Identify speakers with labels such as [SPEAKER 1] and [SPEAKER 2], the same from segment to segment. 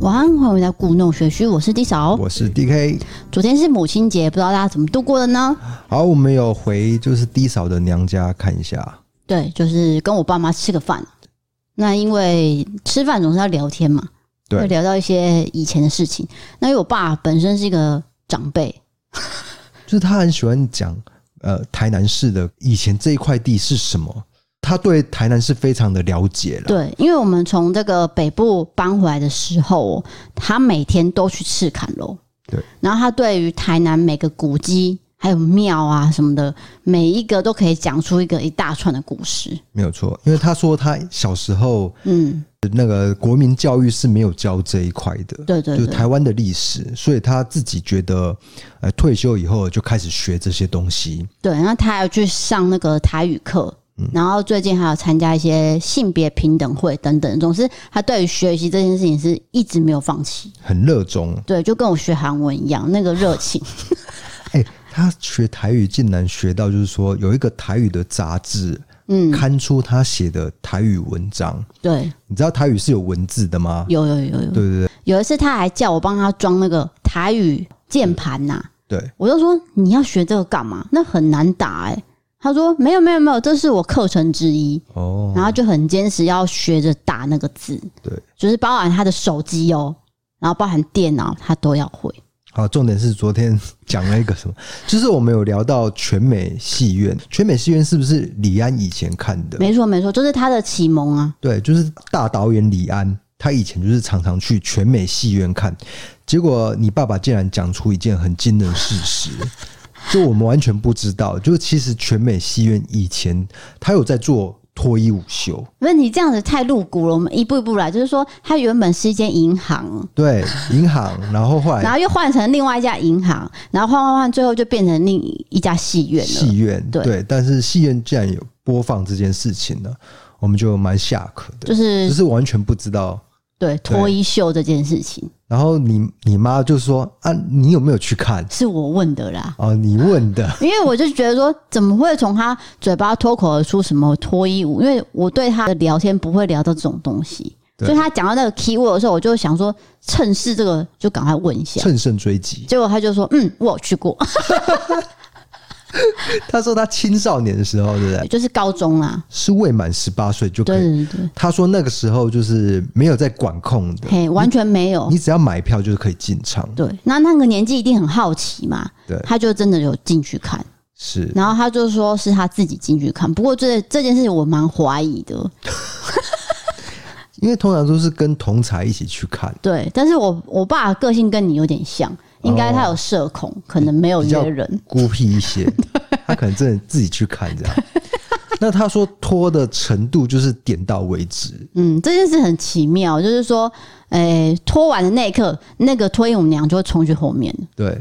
[SPEAKER 1] 欢迎来故弄玄虚，我是 D 嫂。
[SPEAKER 2] 我是 DK。
[SPEAKER 1] 昨天是母亲节，不知道大家怎么度过的呢？
[SPEAKER 2] 好，我们有回就是低嫂的娘家看一下，
[SPEAKER 1] 对，就是跟我爸妈吃个饭。那因为吃饭总是要聊天嘛，
[SPEAKER 2] 对
[SPEAKER 1] 会聊到一些以前的事情。那因为我爸本身是一个长辈，
[SPEAKER 2] 就是他很喜欢讲呃台南市的以前这一块地是什么，他对台南市非常的了解了。
[SPEAKER 1] 对，因为我们从这个北部搬回来的时候哦，他每天都去赤坎楼。
[SPEAKER 2] 对，
[SPEAKER 1] 然后他对于台南每个古迹、还有庙啊什么的，每一个都可以讲出一个一大串的故事。
[SPEAKER 2] 没有错，因为他说他小时候
[SPEAKER 1] 嗯，
[SPEAKER 2] 那个国民教育是没有教这一块的，
[SPEAKER 1] 对对
[SPEAKER 2] 就是
[SPEAKER 1] 对，
[SPEAKER 2] 台湾的历史，所以他自己觉得，呃，退休以后就开始学这些东西。
[SPEAKER 1] 对。然后他还有去上那个台语课，
[SPEAKER 2] 嗯
[SPEAKER 1] 然后最近还有参加一些性别平等会等等。总之，他对于学习这件事情是一直没有放弃。
[SPEAKER 2] 很热衷，
[SPEAKER 1] 对，就跟我学韩文一样，那个热 情。
[SPEAKER 2] 哎、他学台语竟然学到，就是说有一个台语的杂志
[SPEAKER 1] 嗯，
[SPEAKER 2] 刊出他写的台语文章。
[SPEAKER 1] 对，
[SPEAKER 2] 你知道台语是有文字的吗？
[SPEAKER 1] 有有有有。
[SPEAKER 2] 对对
[SPEAKER 1] 有一次他还叫我帮他装那个台语键盘呐，
[SPEAKER 2] 对对，
[SPEAKER 1] 我就说你要学这个干嘛？那很难打哎、他说没有没有没有，这是我课程之一，
[SPEAKER 2] 哦，
[SPEAKER 1] 然后就很坚持要学着打那个字，
[SPEAKER 2] 对，
[SPEAKER 1] 就是包含他的手机哦，然后包含电脑他都要会，
[SPEAKER 2] 好，重点是昨天讲了一个什么， 就是我们有聊到全美戏院，全美戏院是不是李安以前看的？
[SPEAKER 1] 没错没错，就是他的启蒙啊，
[SPEAKER 2] 对，就是大导演李安，他以前就是常常去全美戏院看，结果你爸爸竟然讲出一件很惊人的事 实，就我们完全不知道，就是其实全美戏院以前他有在做脱衣舞秀，
[SPEAKER 1] 因为你这样子太露骨了，我们一步一步来，就是说他原本是一间银行，
[SPEAKER 2] 对，银行，然后后
[SPEAKER 1] 然
[SPEAKER 2] 来
[SPEAKER 1] 后又换成另外一家银行，然后换换换，最后就变成另一家戏院了。
[SPEAKER 2] 戏院，
[SPEAKER 1] 对
[SPEAKER 2] 对，但是戏院竟然有播放这件事情呢，我们就蛮下课的，
[SPEAKER 1] 就是
[SPEAKER 2] 就是完全不知道。
[SPEAKER 1] 对脱衣秀这件事情
[SPEAKER 2] 然后你你妈就说啊，你有没有去看？
[SPEAKER 1] 是我问的啦，
[SPEAKER 2] 哦，你 问的，
[SPEAKER 1] 因为我就觉得说，怎么会从他嘴巴脱口而出什么脱衣舞？因为我对他的聊天不会聊到这种东西，
[SPEAKER 2] 对
[SPEAKER 1] 所以他讲到那个 keyword 的时候，我就想说，趁势这个就赶快问一下。
[SPEAKER 2] 乘胜追击。
[SPEAKER 1] 结果他就说，嗯，我有去过，
[SPEAKER 2] 他说他青少年的时候，对不对？
[SPEAKER 1] 就是高中啦，
[SPEAKER 2] 是未满十八岁就可
[SPEAKER 1] 对
[SPEAKER 2] 以。
[SPEAKER 1] 对对，
[SPEAKER 2] 他说那个时候就是没有在管控的，
[SPEAKER 1] 嘿，完全没有
[SPEAKER 2] 你。只要买票就是可以进场。
[SPEAKER 1] 对，那那个年纪一定很好奇嘛，
[SPEAKER 2] 对
[SPEAKER 1] 他就真的有进去看，
[SPEAKER 2] 是，
[SPEAKER 1] 然后他就说是他自己进去看，不过这这件事情我蛮怀疑的，
[SPEAKER 2] 因为通常都是跟同才一起去看，
[SPEAKER 1] 对，但是我我爸的个性跟你有点像，应该他有社恐，可能没有
[SPEAKER 2] 哦比
[SPEAKER 1] 约
[SPEAKER 2] 较
[SPEAKER 1] 人。
[SPEAKER 2] 孤僻 一些，他可能真的自己去看这样。那他说拖的程度就是点到为止，
[SPEAKER 1] 嗯，这件事很奇妙，就是说，诶、脱完的那一刻，那个脱衣舞娘就会冲去后面。
[SPEAKER 2] 对，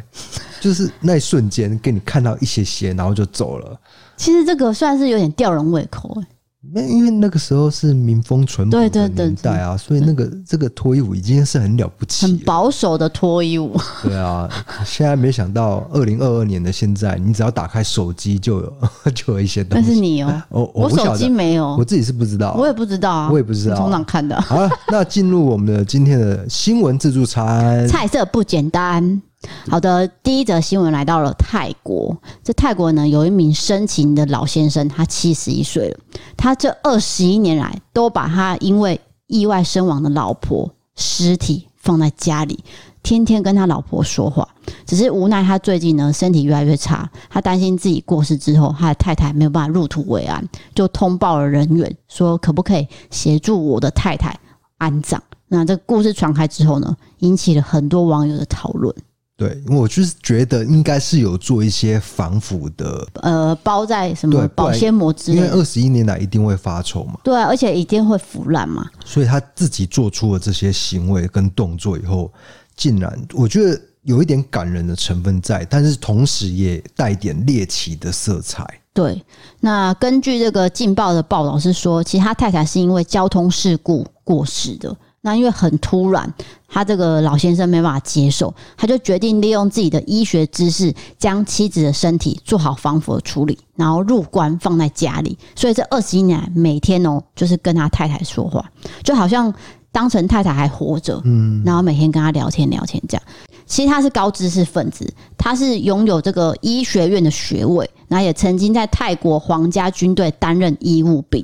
[SPEAKER 2] 就是那一瞬间给你看到一些些，然后就走了。
[SPEAKER 1] 其实这个算是有点吊人胃口、欸，
[SPEAKER 2] 那因为那个时候是民风淳朴
[SPEAKER 1] 对
[SPEAKER 2] 的
[SPEAKER 1] 对对
[SPEAKER 2] 年代啊，所以那个这个脱衣舞已经是很了不起
[SPEAKER 1] 很
[SPEAKER 2] 了，
[SPEAKER 1] 保守的脱衣舞。
[SPEAKER 2] 对啊，现在没想到二零二二年的现在，你只要打开手机就有 就有一些东
[SPEAKER 1] 但是
[SPEAKER 2] 西。
[SPEAKER 1] 你哦、
[SPEAKER 2] 我
[SPEAKER 1] 我
[SPEAKER 2] 不
[SPEAKER 1] 手
[SPEAKER 2] 晓
[SPEAKER 1] 机
[SPEAKER 2] 得，
[SPEAKER 1] 没有啊
[SPEAKER 2] 我，自己是不知道。
[SPEAKER 1] 我也不知道啊，
[SPEAKER 2] 我也不知道
[SPEAKER 1] 你从哪看的？啊
[SPEAKER 2] 好了，那进入我们的今天的新闻自助餐。
[SPEAKER 1] 菜色不简单。好的，第一则新闻来到了泰国。这泰国呢，有一名深情的老先生，他七十一岁了。他这二十一年来，都把他因为意外身亡的老婆尸体放在家里，天天跟他老婆说话。只是无奈他最近呢，身体越来越差，他担心自己过世之后，他的太太没有办法入土为安，就通报了人员，说可不可以协助我的太太安葬。那这个故事传开之后呢，引起了很多网友的讨论。
[SPEAKER 2] 对，我就是觉得应该是有做一些防腐的，
[SPEAKER 1] 呃，包在什
[SPEAKER 2] 对
[SPEAKER 1] 么
[SPEAKER 2] 不
[SPEAKER 1] 保
[SPEAKER 2] 然
[SPEAKER 1] 鲜膜之
[SPEAKER 2] 因
[SPEAKER 1] 类
[SPEAKER 2] 为
[SPEAKER 1] 的，
[SPEAKER 2] 二十一年来一定会发臭嘛，
[SPEAKER 1] 对啊，而且一定会腐烂嘛。
[SPEAKER 2] 所以他自己做出了这些行为跟动作以后，竟然我觉得有一点感人的成分在，但是同时也带点猎奇的色彩。
[SPEAKER 1] 对，那根据这个《劲爆》的报道是说，其实他太太是因为交通事故过世的。那因为很突然，他这个老先生没办法接受，他就决定利用自己的医学知识，将妻子的身体做好防腐的处理，然后入棺放在家里。所以这二十一年来，每天哦，就是跟他太太说话，就好像当成太太还活着，
[SPEAKER 2] 嗯，
[SPEAKER 1] 然后每天跟他聊天聊天这样。其实他是高知识分子，他是拥有这个医学院的学位，然后也曾经在泰国皇家军队担任医务兵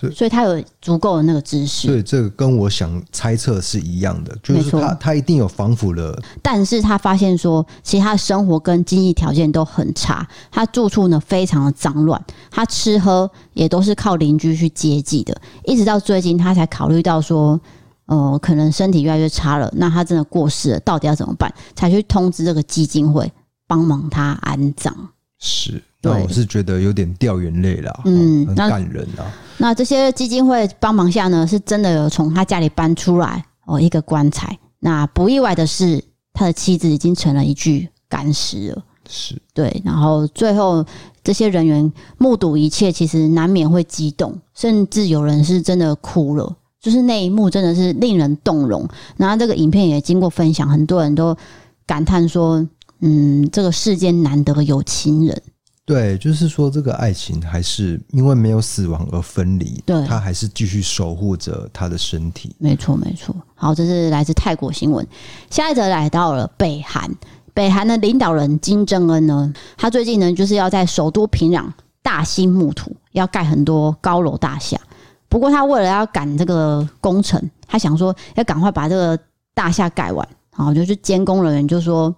[SPEAKER 2] 是，
[SPEAKER 1] 所以他有足够的那个知识
[SPEAKER 2] 所。以这个跟我想猜测是一样的，就是
[SPEAKER 1] 没错
[SPEAKER 2] 他他一定有防腐了，
[SPEAKER 1] 但是他发现说，其实他的生活跟经济条件都很差，他住处呢非常的脏乱，他吃喝也都是靠邻居去接济的，一直到最近他才考虑到说。呃，可能身体越来越差了，那他真的过世了，到底要怎么办？才去通知这个基金会帮忙他安葬。
[SPEAKER 2] 是。
[SPEAKER 1] 对
[SPEAKER 2] 那我是觉得有点掉眼泪啦，
[SPEAKER 1] 嗯
[SPEAKER 2] 哦很
[SPEAKER 1] 那
[SPEAKER 2] 感人啊。
[SPEAKER 1] 那这些基金会帮忙下呢，是真的有从他家里搬出来哦一个棺材。那不意外的是，他的妻子已经成了一具干尸了。
[SPEAKER 2] 是，
[SPEAKER 1] 对，然后最后这些人员目睹一切，其实难免会激动，甚至有人是真的哭了。就是那一幕真的是令人动容。然后这个影片也经过分享，很多人都感叹说：“嗯，这个世间难得有情人。
[SPEAKER 2] 对，就是说这个爱情还是因为没有死亡而分离，
[SPEAKER 1] 对
[SPEAKER 2] 他还是继续守护着他的身体”。
[SPEAKER 1] 没错，没错。好，这是来自泰国新闻。下一则来到了北韩，北韩的领导人金正恩呢，他最近呢就是要在首都平壤大兴木土，要盖很多高楼大厦。不过他为了要赶这个工程，他想说要赶快把这个大厦盖完。好，就是监工人员就说：“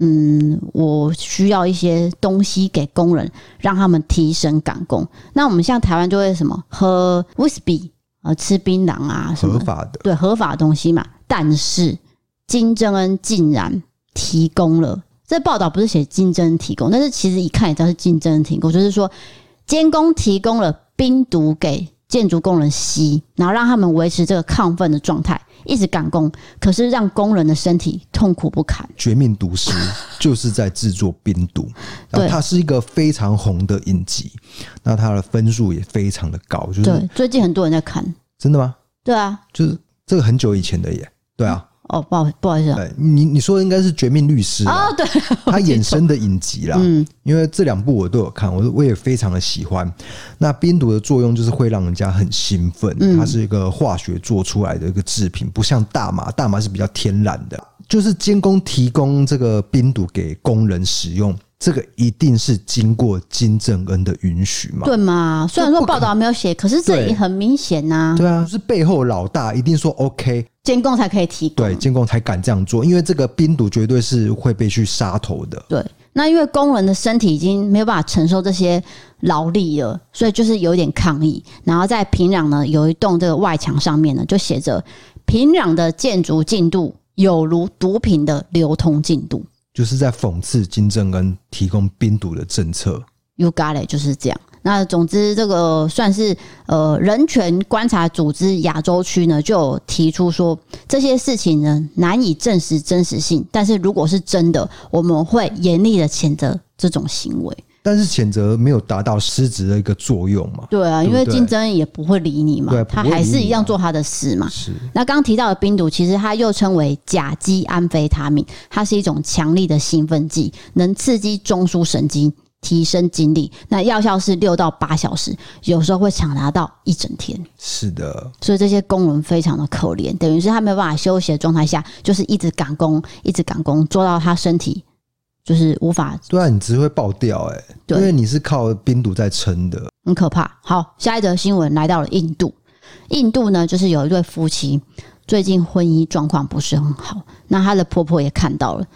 [SPEAKER 1] 嗯，我需要一些东西给工人，让他们提升赶工。”那我们像台湾就会什么喝威士忌，呃，吃槟榔啊什么
[SPEAKER 2] 合
[SPEAKER 1] 的
[SPEAKER 2] 法的，
[SPEAKER 1] 对合法的东西嘛。但是金正恩竟然提供了，这报道不是写金正恩提供，但是其实一看也知道是金正恩提供，就是说监工提供了冰毒给建筑工人吸，然后让他们维持这个亢奋的状态，一直赶工，可是让工人的身体痛苦不堪。
[SPEAKER 2] 绝命 毒师就是在制作冰毒，然
[SPEAKER 1] 对
[SPEAKER 2] 后它是一个非常红的影集，那它的分数也非常的高，就是
[SPEAKER 1] 对，最近很多人在看。
[SPEAKER 2] 真的吗？
[SPEAKER 1] 对啊，
[SPEAKER 2] 就是这个很久以前的耶，对啊，
[SPEAKER 1] 哦，不好不好意思啊，
[SPEAKER 2] 对你你说的应该是《绝命律师》啊，
[SPEAKER 1] 哦，对，
[SPEAKER 2] 它衍生的影集啦，
[SPEAKER 1] 嗯，
[SPEAKER 2] 因为这两部我都有看，我我也非常的喜欢。那冰毒的作用就是会让人家很兴奋，
[SPEAKER 1] 嗯
[SPEAKER 2] 它是一个化学做出来的一个制品，不像大麻，大麻是比较天然的。就是监工提供这个冰毒给工人使用，这个一定是经过金正恩的允许嘛？
[SPEAKER 1] 对嘛？虽然说报道没有写，可是这也
[SPEAKER 2] 对
[SPEAKER 1] 很明显呐、
[SPEAKER 2] 对啊，就是背后老大一定说 OK，
[SPEAKER 1] 监工才可以提供。
[SPEAKER 2] 对，监工才敢这样做，因为这个冰毒绝对是会被去杀头的。
[SPEAKER 1] 对，那因为工人的身体已经没有办法承受这些劳力了，所以就是有点抗议。然后在平壤呢，有一栋这个外墙上面呢，就写着平壤的建筑进度有如毒品的流通进度。
[SPEAKER 2] 就是在讽刺金正恩提供冰毒的政策，
[SPEAKER 1] You got it，就是这样。那总之，这个算是呃人权观察组织亚洲区呢，就有提出说这些事情呢难以证实真实性，但是如果是真的，我们会严厉的谴责这种行为。
[SPEAKER 2] 但是谴责没有达到失职的一个作用嘛？
[SPEAKER 1] 对啊，
[SPEAKER 2] 对
[SPEAKER 1] 因
[SPEAKER 2] 不
[SPEAKER 1] 为
[SPEAKER 2] 对
[SPEAKER 1] 竞争也不会理你嘛
[SPEAKER 2] 对，
[SPEAKER 1] 他
[SPEAKER 2] 不会
[SPEAKER 1] 还
[SPEAKER 2] 理
[SPEAKER 1] 是
[SPEAKER 2] 你
[SPEAKER 1] 一样
[SPEAKER 2] 啊
[SPEAKER 1] 做他的事嘛。
[SPEAKER 2] 是
[SPEAKER 1] 那刚提到的冰毒，其实它又称为甲基安非他命，它是一种强力的兴奋剂，能刺激中枢神经，提升精力。那药效是六到八小时，有时候会长达到一整天。
[SPEAKER 2] 是的，
[SPEAKER 1] 所以这些工人非常的可怜，等于是他没有办法休息的状态下，就是一直赶工，一直赶工，做到他身体就是无法
[SPEAKER 2] 对啊，你只会爆掉哎、
[SPEAKER 1] 对
[SPEAKER 2] 因为你是靠冰毒在撑的，
[SPEAKER 1] 很可怕。好，下一则新闻来到了印度。印度呢，就是有一对夫妻最近婚姻状况不是很好，那她的婆婆也看到了，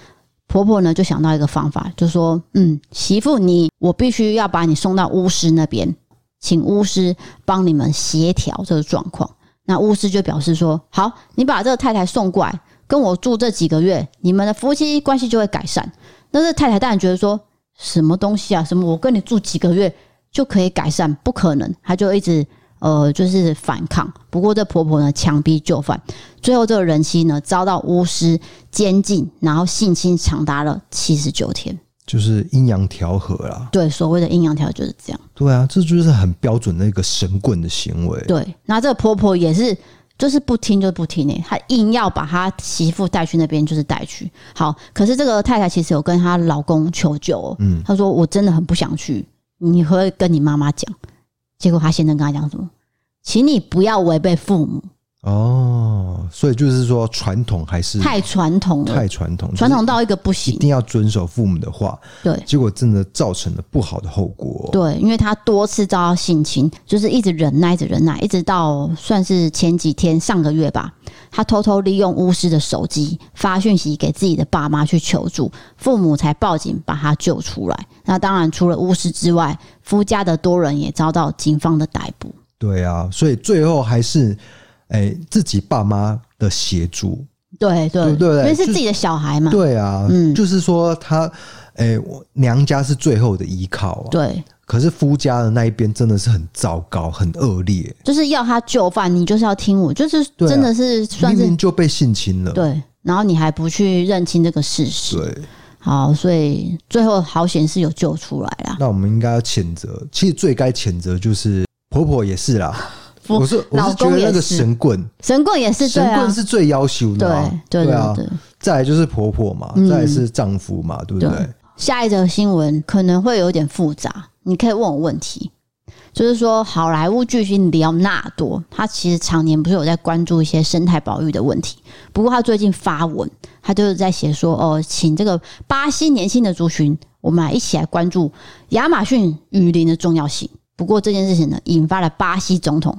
[SPEAKER 1] 婆婆呢就想到一个方法，就说：“嗯，媳妇你，我必须要把你送到巫师那边，请巫师帮你们协调这个状况。”那巫师就表示说：“好，你把这个太太送过来，跟我住这几个月，你们的夫妻关系就会改善。”那这太太当然觉得说：“什么东西啊？什么我跟你住几个月，就可以改善，不可能。她就一直呃，就是反抗。不过这婆婆呢，强逼就范，最后这个人妻呢，遭到巫师监禁，然后性侵长达了七十九天。
[SPEAKER 2] 就是阴阳调和啦。
[SPEAKER 1] 对，所谓的阴阳条就是这样。
[SPEAKER 2] 对啊，这就是很标准的一个神棍的行为。
[SPEAKER 1] 对，那这个婆婆也是，就是不听就不听诶、欸她硬要把她媳妇带去那边，就是带去。好，可是这个太太其实有跟她老公求救、哦，
[SPEAKER 2] 嗯
[SPEAKER 1] 她说我真的很不想去，你会跟你妈妈讲。结果她先生跟她讲什么？请你不要违背父母。
[SPEAKER 2] 哦，所以就是说传统还是
[SPEAKER 1] 太传统了
[SPEAKER 2] 嗯太，传统，
[SPEAKER 1] 传统
[SPEAKER 2] 就是
[SPEAKER 1] 到一个不
[SPEAKER 2] 一
[SPEAKER 1] 行。
[SPEAKER 2] 定要遵守父母的话，
[SPEAKER 1] 对
[SPEAKER 2] 结果真的造成了不好的后果。
[SPEAKER 1] 对，因为他多次遭到性侵，就是一直忍耐，一直忍耐，一直到算是前几天上个月吧，他偷偷利用巫师的手机发讯息给自己的爸妈去求助，父母才报警把他救出来。那当然，除了巫师之外，夫家的多人也遭到警方的逮捕。
[SPEAKER 2] 对啊，所以最后还是哎、自己爸妈的协助。
[SPEAKER 1] 对对
[SPEAKER 2] 对对对
[SPEAKER 1] 因为是
[SPEAKER 2] 就是
[SPEAKER 1] 自己的小孩嘛。
[SPEAKER 2] 对啊，
[SPEAKER 1] 嗯
[SPEAKER 2] 就是说他哎、我娘家是最后的依靠啊，
[SPEAKER 1] 对，
[SPEAKER 2] 可是夫家的那一边真的是很糟糕，很恶劣，
[SPEAKER 1] 就是要他就范，你就是要听我，就是
[SPEAKER 2] 对啊
[SPEAKER 1] 真的是算
[SPEAKER 2] 明
[SPEAKER 1] 是
[SPEAKER 2] 明就被性侵了。
[SPEAKER 1] 对，然后你还不去认清这个事实，
[SPEAKER 2] 对，
[SPEAKER 1] 好，所以最后好险是有救出来啦。
[SPEAKER 2] 那我们应该要谴责，其实最该谴责就是婆婆也是啦。
[SPEAKER 1] 夫
[SPEAKER 2] 我是我
[SPEAKER 1] 老
[SPEAKER 2] 是觉
[SPEAKER 1] 公
[SPEAKER 2] 得那
[SPEAKER 1] 也
[SPEAKER 2] 个
[SPEAKER 1] 是
[SPEAKER 2] 神棍，
[SPEAKER 1] 神棍也是对
[SPEAKER 2] 神棍
[SPEAKER 1] 啊，
[SPEAKER 2] 是最要求
[SPEAKER 1] 对
[SPEAKER 2] 的啊、
[SPEAKER 1] 对对
[SPEAKER 2] 啊
[SPEAKER 1] 对。
[SPEAKER 2] 再来就是婆婆嘛，
[SPEAKER 1] 嗯
[SPEAKER 2] 再来是丈夫嘛，对不
[SPEAKER 1] 对
[SPEAKER 2] 对？
[SPEAKER 1] 下一则新闻可能会有点复杂，你可以问我问题。就是说，好莱坞巨星里奥纳多，他其实常年不是有在关注一些生态保育的问题。不过他最近发文，他就是在写说，哦，请这个巴西年轻的族群，我们来一起来关注亚马逊雨林的重要性。不过这件事情呢，引发了巴西总统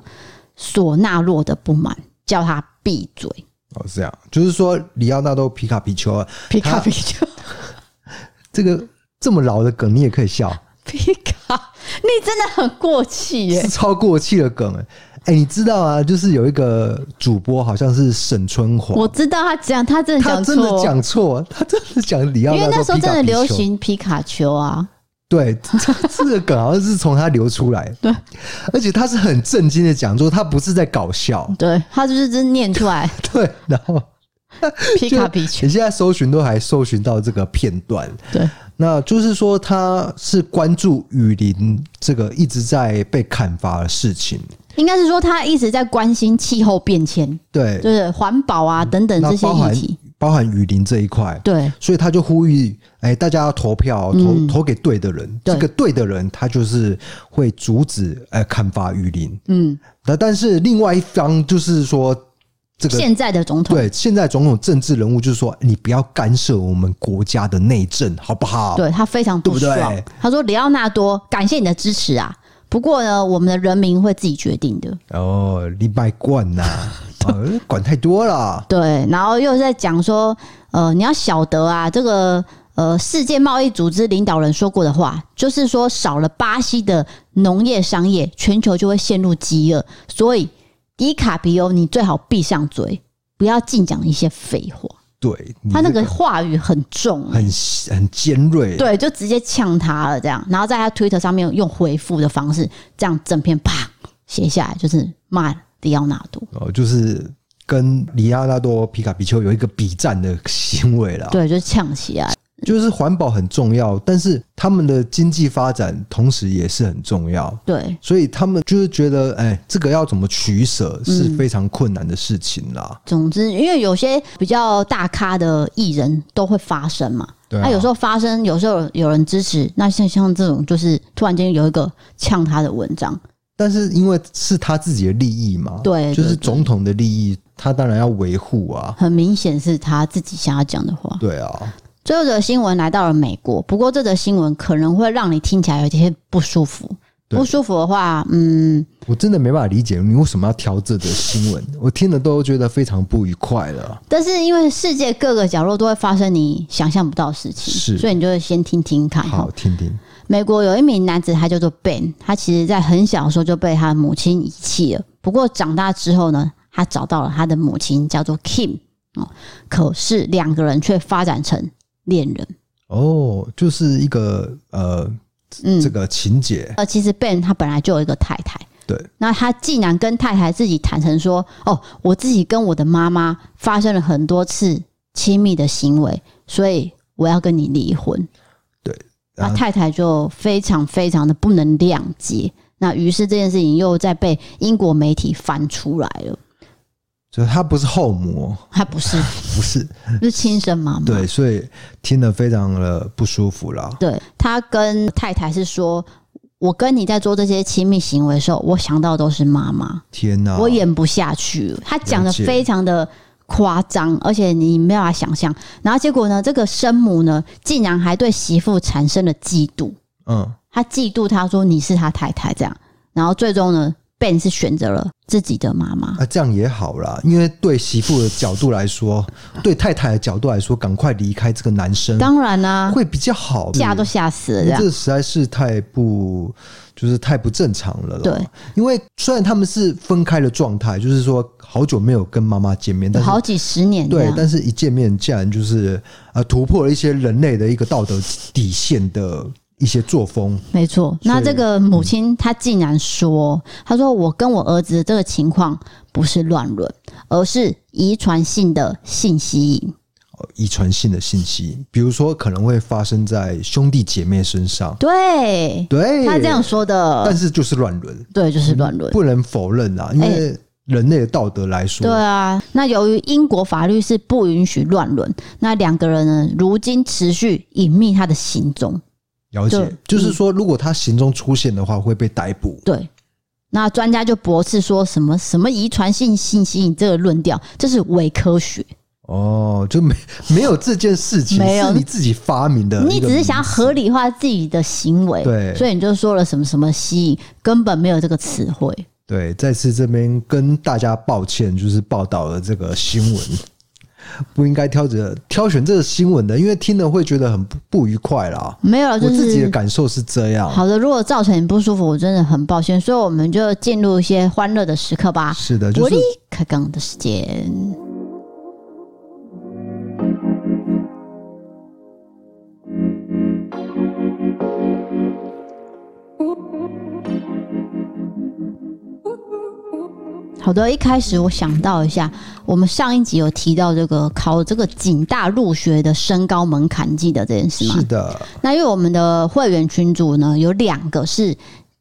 [SPEAKER 1] 索纳洛的不满，叫他闭嘴。
[SPEAKER 2] 哦，是这样，就是说里奥纳多皮卡皮丘啊，
[SPEAKER 1] 皮卡
[SPEAKER 2] 他
[SPEAKER 1] 皮丘，
[SPEAKER 2] 这个这么老的梗你也可以笑，
[SPEAKER 1] 皮卡，你真的很过气耶
[SPEAKER 2] 是！超过气的梗哎、哎你知道啊，就是有一个主播好像是沈春华，
[SPEAKER 1] 我知道他讲，他真的
[SPEAKER 2] 他
[SPEAKER 1] 讲
[SPEAKER 2] 真的
[SPEAKER 1] 错，
[SPEAKER 2] 讲错，他真的讲里
[SPEAKER 1] 因
[SPEAKER 2] 奥
[SPEAKER 1] 为
[SPEAKER 2] 纳
[SPEAKER 1] 那
[SPEAKER 2] 多
[SPEAKER 1] 时候
[SPEAKER 2] 皮
[SPEAKER 1] 真的
[SPEAKER 2] 卡皮
[SPEAKER 1] 流
[SPEAKER 2] 丘。
[SPEAKER 1] 行皮卡丘啊，
[SPEAKER 2] 对， 这这个梗好像是从他流出来，对，而且他是很震惊的讲说，他不是在 搞笑，
[SPEAKER 1] 对他就是真念出 来
[SPEAKER 2] 对，然后
[SPEAKER 1] 皮卡皮丘
[SPEAKER 2] 你，现在搜寻都还搜寻到这个片段，
[SPEAKER 1] 对
[SPEAKER 2] 那就是说他是关注雨林这个一直在被砍伐的事情，
[SPEAKER 1] 应该是说他一直在关心气候变迁，
[SPEAKER 2] 对，嗯
[SPEAKER 1] 就是环保啊等等这
[SPEAKER 2] 那
[SPEAKER 1] 些
[SPEAKER 2] 包
[SPEAKER 1] 议
[SPEAKER 2] 含
[SPEAKER 1] 题。
[SPEAKER 2] 包含雨林这一块，
[SPEAKER 1] 对
[SPEAKER 2] 所以他就呼吁，哎、大家要投票，投、
[SPEAKER 1] 嗯
[SPEAKER 2] 投给对的人，
[SPEAKER 1] 对
[SPEAKER 2] 这个对的人他就是会阻止呃砍伐雨林。
[SPEAKER 1] 嗯，
[SPEAKER 2] 那但是另外一方就是说，这个
[SPEAKER 1] 现在的总统，
[SPEAKER 2] 对现在种种政治人物就是说，你不要干涉我们国家的内政，好不好？
[SPEAKER 1] 对他非常不
[SPEAKER 2] 对不对
[SPEAKER 1] 爽。他说：“里奥纳多，感谢你的支持啊！不过呢，我们的人民会自己决定的。”
[SPEAKER 2] 哦，礼拜冠 呐、哦管太多了。
[SPEAKER 1] 对，然后又在讲说，呃，你要晓得啊，这个呃，世界贸易组织领导人说过的话，就是说少了巴西的农业商业，全球就会陷入饥饿。所以，迪卡比欧，你最好闭上嘴，不要尽讲一些废话。
[SPEAKER 2] 对，你
[SPEAKER 1] 他那
[SPEAKER 2] 嗯这哎
[SPEAKER 1] 个话语很重、啊
[SPEAKER 2] 很很尖锐。，
[SPEAKER 1] 对，就直接呛他了这样，然后在他推特上面用回复的方式，这样整篇啪写下来，就是骂迪奥纳多。
[SPEAKER 2] 哦，就是跟里亚纳多皮卡皮丘有一个比战的行为啦。，
[SPEAKER 1] 对，就呛起来。
[SPEAKER 2] 就是环保很重要，但是他们的经济发展同时也是很重要。
[SPEAKER 1] 对，
[SPEAKER 2] 所以他们就是觉得，哎、这个要怎么取舍是非常困难的事情啦。
[SPEAKER 1] 总之，因为有些比较大咖的艺人都会发声嘛，
[SPEAKER 2] 对啊
[SPEAKER 1] 那有时候发声，有时候有人支持，那像像这种就是突然间有一个呛他的文章，
[SPEAKER 2] 但是因为是他自己的利益嘛，
[SPEAKER 1] 对
[SPEAKER 2] 就是
[SPEAKER 1] 对对
[SPEAKER 2] 总统的利益，他当然要维护啊。
[SPEAKER 1] 很明显是他自己想要讲的话。
[SPEAKER 2] 对啊，
[SPEAKER 1] 最后的新闻来到了美国，不过这则新闻可能会让你听起来有些不舒服。
[SPEAKER 2] 对
[SPEAKER 1] 不舒服的话，嗯，
[SPEAKER 2] 我真的没办法理解你为什么要挑这则新闻，我听了都觉得非常不愉快了。
[SPEAKER 1] 但是因为世界各个角落都会发生你想象不到的事情，
[SPEAKER 2] 是
[SPEAKER 1] 所以你就会先听听看。哈。
[SPEAKER 2] 好，听听。
[SPEAKER 1] 美国有一名男子，他叫做 Ben，他其实在很小的时候就被他的母亲遗弃了。不过长大之后呢，他找到了他的母亲，叫做 Kim 哦。可是两个人却发展成恋人。
[SPEAKER 2] 哦，就是一个呃，
[SPEAKER 1] 嗯
[SPEAKER 2] 这个情节，
[SPEAKER 1] 呃，其实 Ben 他本来就有一个太太，
[SPEAKER 2] 对，
[SPEAKER 1] 那他竟然跟太太自己坦诚说：“哦，我自己跟我的妈妈发生了很多次亲密的行为，所以我要跟你离婚。”那
[SPEAKER 2] 啊
[SPEAKER 1] 太太就非常非常的不能谅解。那于是这件事情又在被英国媒体翻出来了。
[SPEAKER 2] 就他不是后母，哦
[SPEAKER 1] 她不是，
[SPEAKER 2] 不是
[SPEAKER 1] 不是亲生妈妈。
[SPEAKER 2] 对，所以听得非常的不舒服啦。
[SPEAKER 1] 对，他跟太太是说，我跟你在做这些亲密行为的时候，我想到都是妈妈，
[SPEAKER 2] 天哪、
[SPEAKER 1] 我演不下去了。他讲的
[SPEAKER 2] 了解
[SPEAKER 1] 非常的夸张，而且你没有办法想象。然后结果呢，这个生母呢，竟然还对媳妇产生了嫉妒，
[SPEAKER 2] 嗯，
[SPEAKER 1] 他嫉妒她说你是他太太这样。然后最终呢，Ben 是选择了自己的妈妈。
[SPEAKER 2] 啊，这样也好啦，因为对媳妇的角度来说，对太太的角度来说，赶快离开这个男生
[SPEAKER 1] 当然啦、
[SPEAKER 2] 会比较好。
[SPEAKER 1] 吓都吓死了
[SPEAKER 2] 因
[SPEAKER 1] 这
[SPEAKER 2] 为
[SPEAKER 1] 样。
[SPEAKER 2] 这实在是太不，就是太不正常了。
[SPEAKER 1] 对，
[SPEAKER 2] 因为虽然他们是分开的状态，就是说好久没有跟妈妈见面，但是
[SPEAKER 1] 好几十年这
[SPEAKER 2] 对，
[SPEAKER 1] 样，
[SPEAKER 2] 但是一见面竟然就是呃突破了一些人类的一个道德底线的一些作风。
[SPEAKER 1] 没错。那
[SPEAKER 2] 所以
[SPEAKER 1] 这个母亲她竟然说：“她说我跟我儿子的这个情况不是乱伦，而是遗传性的性吸引。
[SPEAKER 2] 呃遗传性的信息，比如说可能会发生在兄弟姐妹身上”，
[SPEAKER 1] 对，
[SPEAKER 2] 对，
[SPEAKER 1] 她这样，说
[SPEAKER 2] 但
[SPEAKER 1] 的，
[SPEAKER 2] 是就是乱伦，
[SPEAKER 1] 对，就是乱伦。
[SPEAKER 2] 不能否认啊，因为人类的道德来说，
[SPEAKER 1] 对啊，那由于英国法律是不允许乱伦，那两个人呢，如今持续隐秘他的行踪。
[SPEAKER 2] 了解，
[SPEAKER 1] 就嗯
[SPEAKER 2] 就是说，如果他行踪出现的话，会被逮捕。
[SPEAKER 1] 对，那专家就驳斥说什么什么遗传性性吸引这个论调，这是伪科学。
[SPEAKER 2] 哦，就没没有这 件事情，
[SPEAKER 1] 没有
[SPEAKER 2] 是你自己发明呃的一个
[SPEAKER 1] 你
[SPEAKER 2] 名字，
[SPEAKER 1] 只是想要合理化自己的行为，
[SPEAKER 2] 对
[SPEAKER 1] 所以你就说了什么什么吸引，根本没有这个词汇。
[SPEAKER 2] 对，再次这边跟大家抱歉，就是报道了这个新闻，不应该挑着挑选这个新闻的，因为听了会觉得很不不愉快啦。
[SPEAKER 1] 没有，呃就
[SPEAKER 2] 我自己的
[SPEAKER 1] 是
[SPEAKER 2] 感受是这样，
[SPEAKER 1] 好的。如果造成你不舒服，我真的很抱歉。所以我们就进入一些欢乐的时刻吧。
[SPEAKER 2] 是的，
[SPEAKER 1] 我
[SPEAKER 2] 就是
[SPEAKER 1] 立开杠的时间，好的，一开始我想到一下，我们上一集有提到这个考这个警大入学的升高门槛，记得这件事吗？
[SPEAKER 2] 是的
[SPEAKER 1] 那因为我们的会员群组呢，有两个是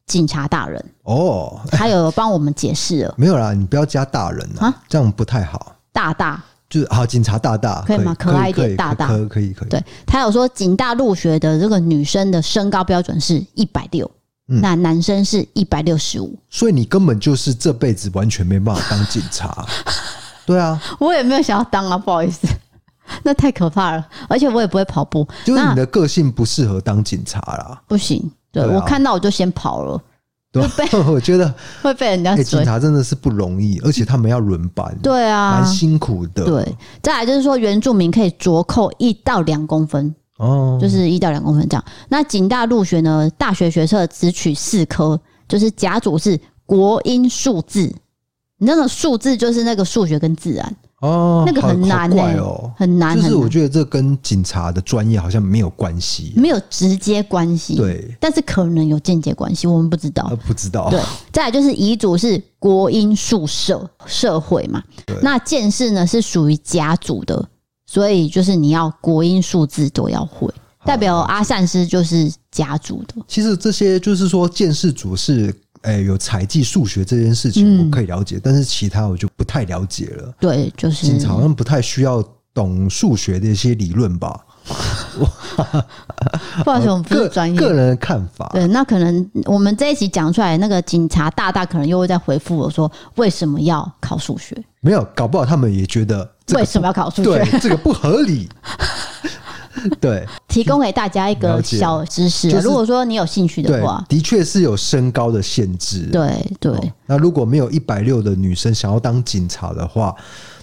[SPEAKER 1] 警察大人，
[SPEAKER 2] 哦，
[SPEAKER 1] 他有帮我们解释了。
[SPEAKER 2] 没有啦，你不要加大人啊
[SPEAKER 1] 啊，
[SPEAKER 2] 这样不太好。
[SPEAKER 1] 大大，
[SPEAKER 2] 就是好，警察大大
[SPEAKER 1] 可以吗
[SPEAKER 2] 可
[SPEAKER 1] 可爱一点
[SPEAKER 2] 可以
[SPEAKER 1] 大大
[SPEAKER 2] 可以可以可以，
[SPEAKER 1] 对他有说，警大入学的这个女生的身高标准是一百六，
[SPEAKER 2] 嗯
[SPEAKER 1] 那男生是一百六十五。
[SPEAKER 2] 所以你根本就是这辈子完全没办法当警察。 对啊，
[SPEAKER 1] 我也没有想要当啊，不好意思， 那太可怕了，而且我也不会跑步，
[SPEAKER 2] 就是
[SPEAKER 1] 那
[SPEAKER 2] 你的个性不适合当警察啦。
[SPEAKER 1] 不行。对
[SPEAKER 2] 对啊
[SPEAKER 1] 我看到我就先跑了，
[SPEAKER 2] 对吧， 我 觉得
[SPEAKER 1] 会被人家
[SPEAKER 2] 哎、
[SPEAKER 1] 追
[SPEAKER 2] 警。察真的是不容易，而且他们要轮班，
[SPEAKER 1] 对啊
[SPEAKER 2] 蛮，辛苦的。
[SPEAKER 1] 对，。再来就是说，原住民可以酌扣一到两公分，
[SPEAKER 2] 哦，
[SPEAKER 1] 就是一到两公分这样。那警大入学呢，大学学测只取四科，就是甲组是国英数字，你那个数字就是那个数学跟啊自然，
[SPEAKER 2] 哦，
[SPEAKER 1] 那个
[SPEAKER 2] 好
[SPEAKER 1] 很难呢、
[SPEAKER 2] 好怪哦。
[SPEAKER 1] 很难，
[SPEAKER 2] 就是
[SPEAKER 1] 很
[SPEAKER 2] 我
[SPEAKER 1] 难
[SPEAKER 2] 觉得这跟警察的专业好像没有关系。
[SPEAKER 1] 没有直接关系，，
[SPEAKER 2] 对，
[SPEAKER 1] 但是可能有间接关系，我们不知道
[SPEAKER 2] 呃，。不知道。
[SPEAKER 1] 对，再来就是彝族是国英数社社会嘛
[SPEAKER 2] 对，
[SPEAKER 1] 那建士呢是属于甲组的，所以就是你要国英数字都要会，代表阿善师就是甲组的，
[SPEAKER 2] 其实这些就是说，见识组是哎、有采集数学这件事
[SPEAKER 1] 嗯
[SPEAKER 2] 情我可以了解，但是其他我就不太了解了。
[SPEAKER 1] 对，就是
[SPEAKER 2] 警察好像不太需要懂数学的一些理论吧？
[SPEAKER 1] 不好意思，我们不
[SPEAKER 2] 个
[SPEAKER 1] 是专
[SPEAKER 2] 呃个
[SPEAKER 1] 业。
[SPEAKER 2] 人的看法。
[SPEAKER 1] 对，那可能我们这一集讲出来，那个警察大大可能又会再回复我说，为什么要考数学？
[SPEAKER 2] 没有，搞不好他们也觉得这个
[SPEAKER 1] 为什么要考数学？
[SPEAKER 2] 对这个不合 理。对
[SPEAKER 1] 提供给大家一
[SPEAKER 2] 了
[SPEAKER 1] 个
[SPEAKER 2] 解
[SPEAKER 1] 小知识啊、
[SPEAKER 2] 就是
[SPEAKER 1] 如果说你有兴趣
[SPEAKER 2] 对
[SPEAKER 1] 的话，，
[SPEAKER 2] 的确是有身高的限制。
[SPEAKER 1] 对对
[SPEAKER 2] 哦，那如果没有一百六的女生想要当警察的话，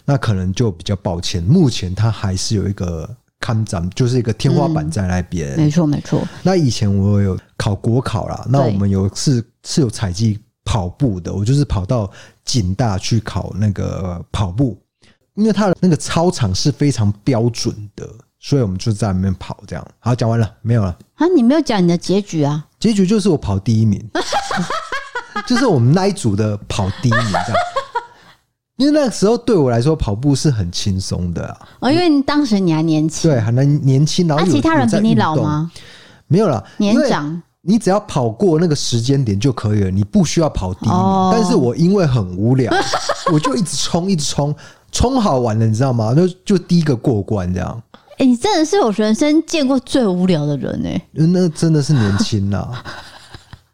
[SPEAKER 2] 那可能就比较抱歉。目前她还是有一个看展，就是一个天花板在那边。
[SPEAKER 1] 嗯没错没错，
[SPEAKER 2] 那以前我有考国考啦，那我们有是是有采集跑步的，我就是跑到警大去考那个跑步，因为它的那个操场是非常标准的，所以我们就在那边跑这样。好，讲完了，没有了。
[SPEAKER 1] 啊，你没有讲你的结局啊？
[SPEAKER 2] 结局就是我跑第一名， 就是我们那一组的跑第一名这样。因为那个时候对我来说，跑步是很轻松的啊，
[SPEAKER 1] 哦，因为你当时你还年轻，
[SPEAKER 2] 对，很能年轻，然
[SPEAKER 1] 啊，
[SPEAKER 2] 后有
[SPEAKER 1] 其他人比你老？
[SPEAKER 2] 有在运动
[SPEAKER 1] 吗？
[SPEAKER 2] 没有啦，
[SPEAKER 1] 年
[SPEAKER 2] 因为
[SPEAKER 1] 长
[SPEAKER 2] 你只要跑过那个时间点就可以了，你不需要跑第一名。
[SPEAKER 1] 哦
[SPEAKER 2] 但是我因为很无 聊，我就一直冲，一直冲，冲好玩了，你知道吗？就就第一个过关这样。
[SPEAKER 1] 哎、你真的是我人生见过最无聊的人哎、
[SPEAKER 2] 那真的是年轻啦、啊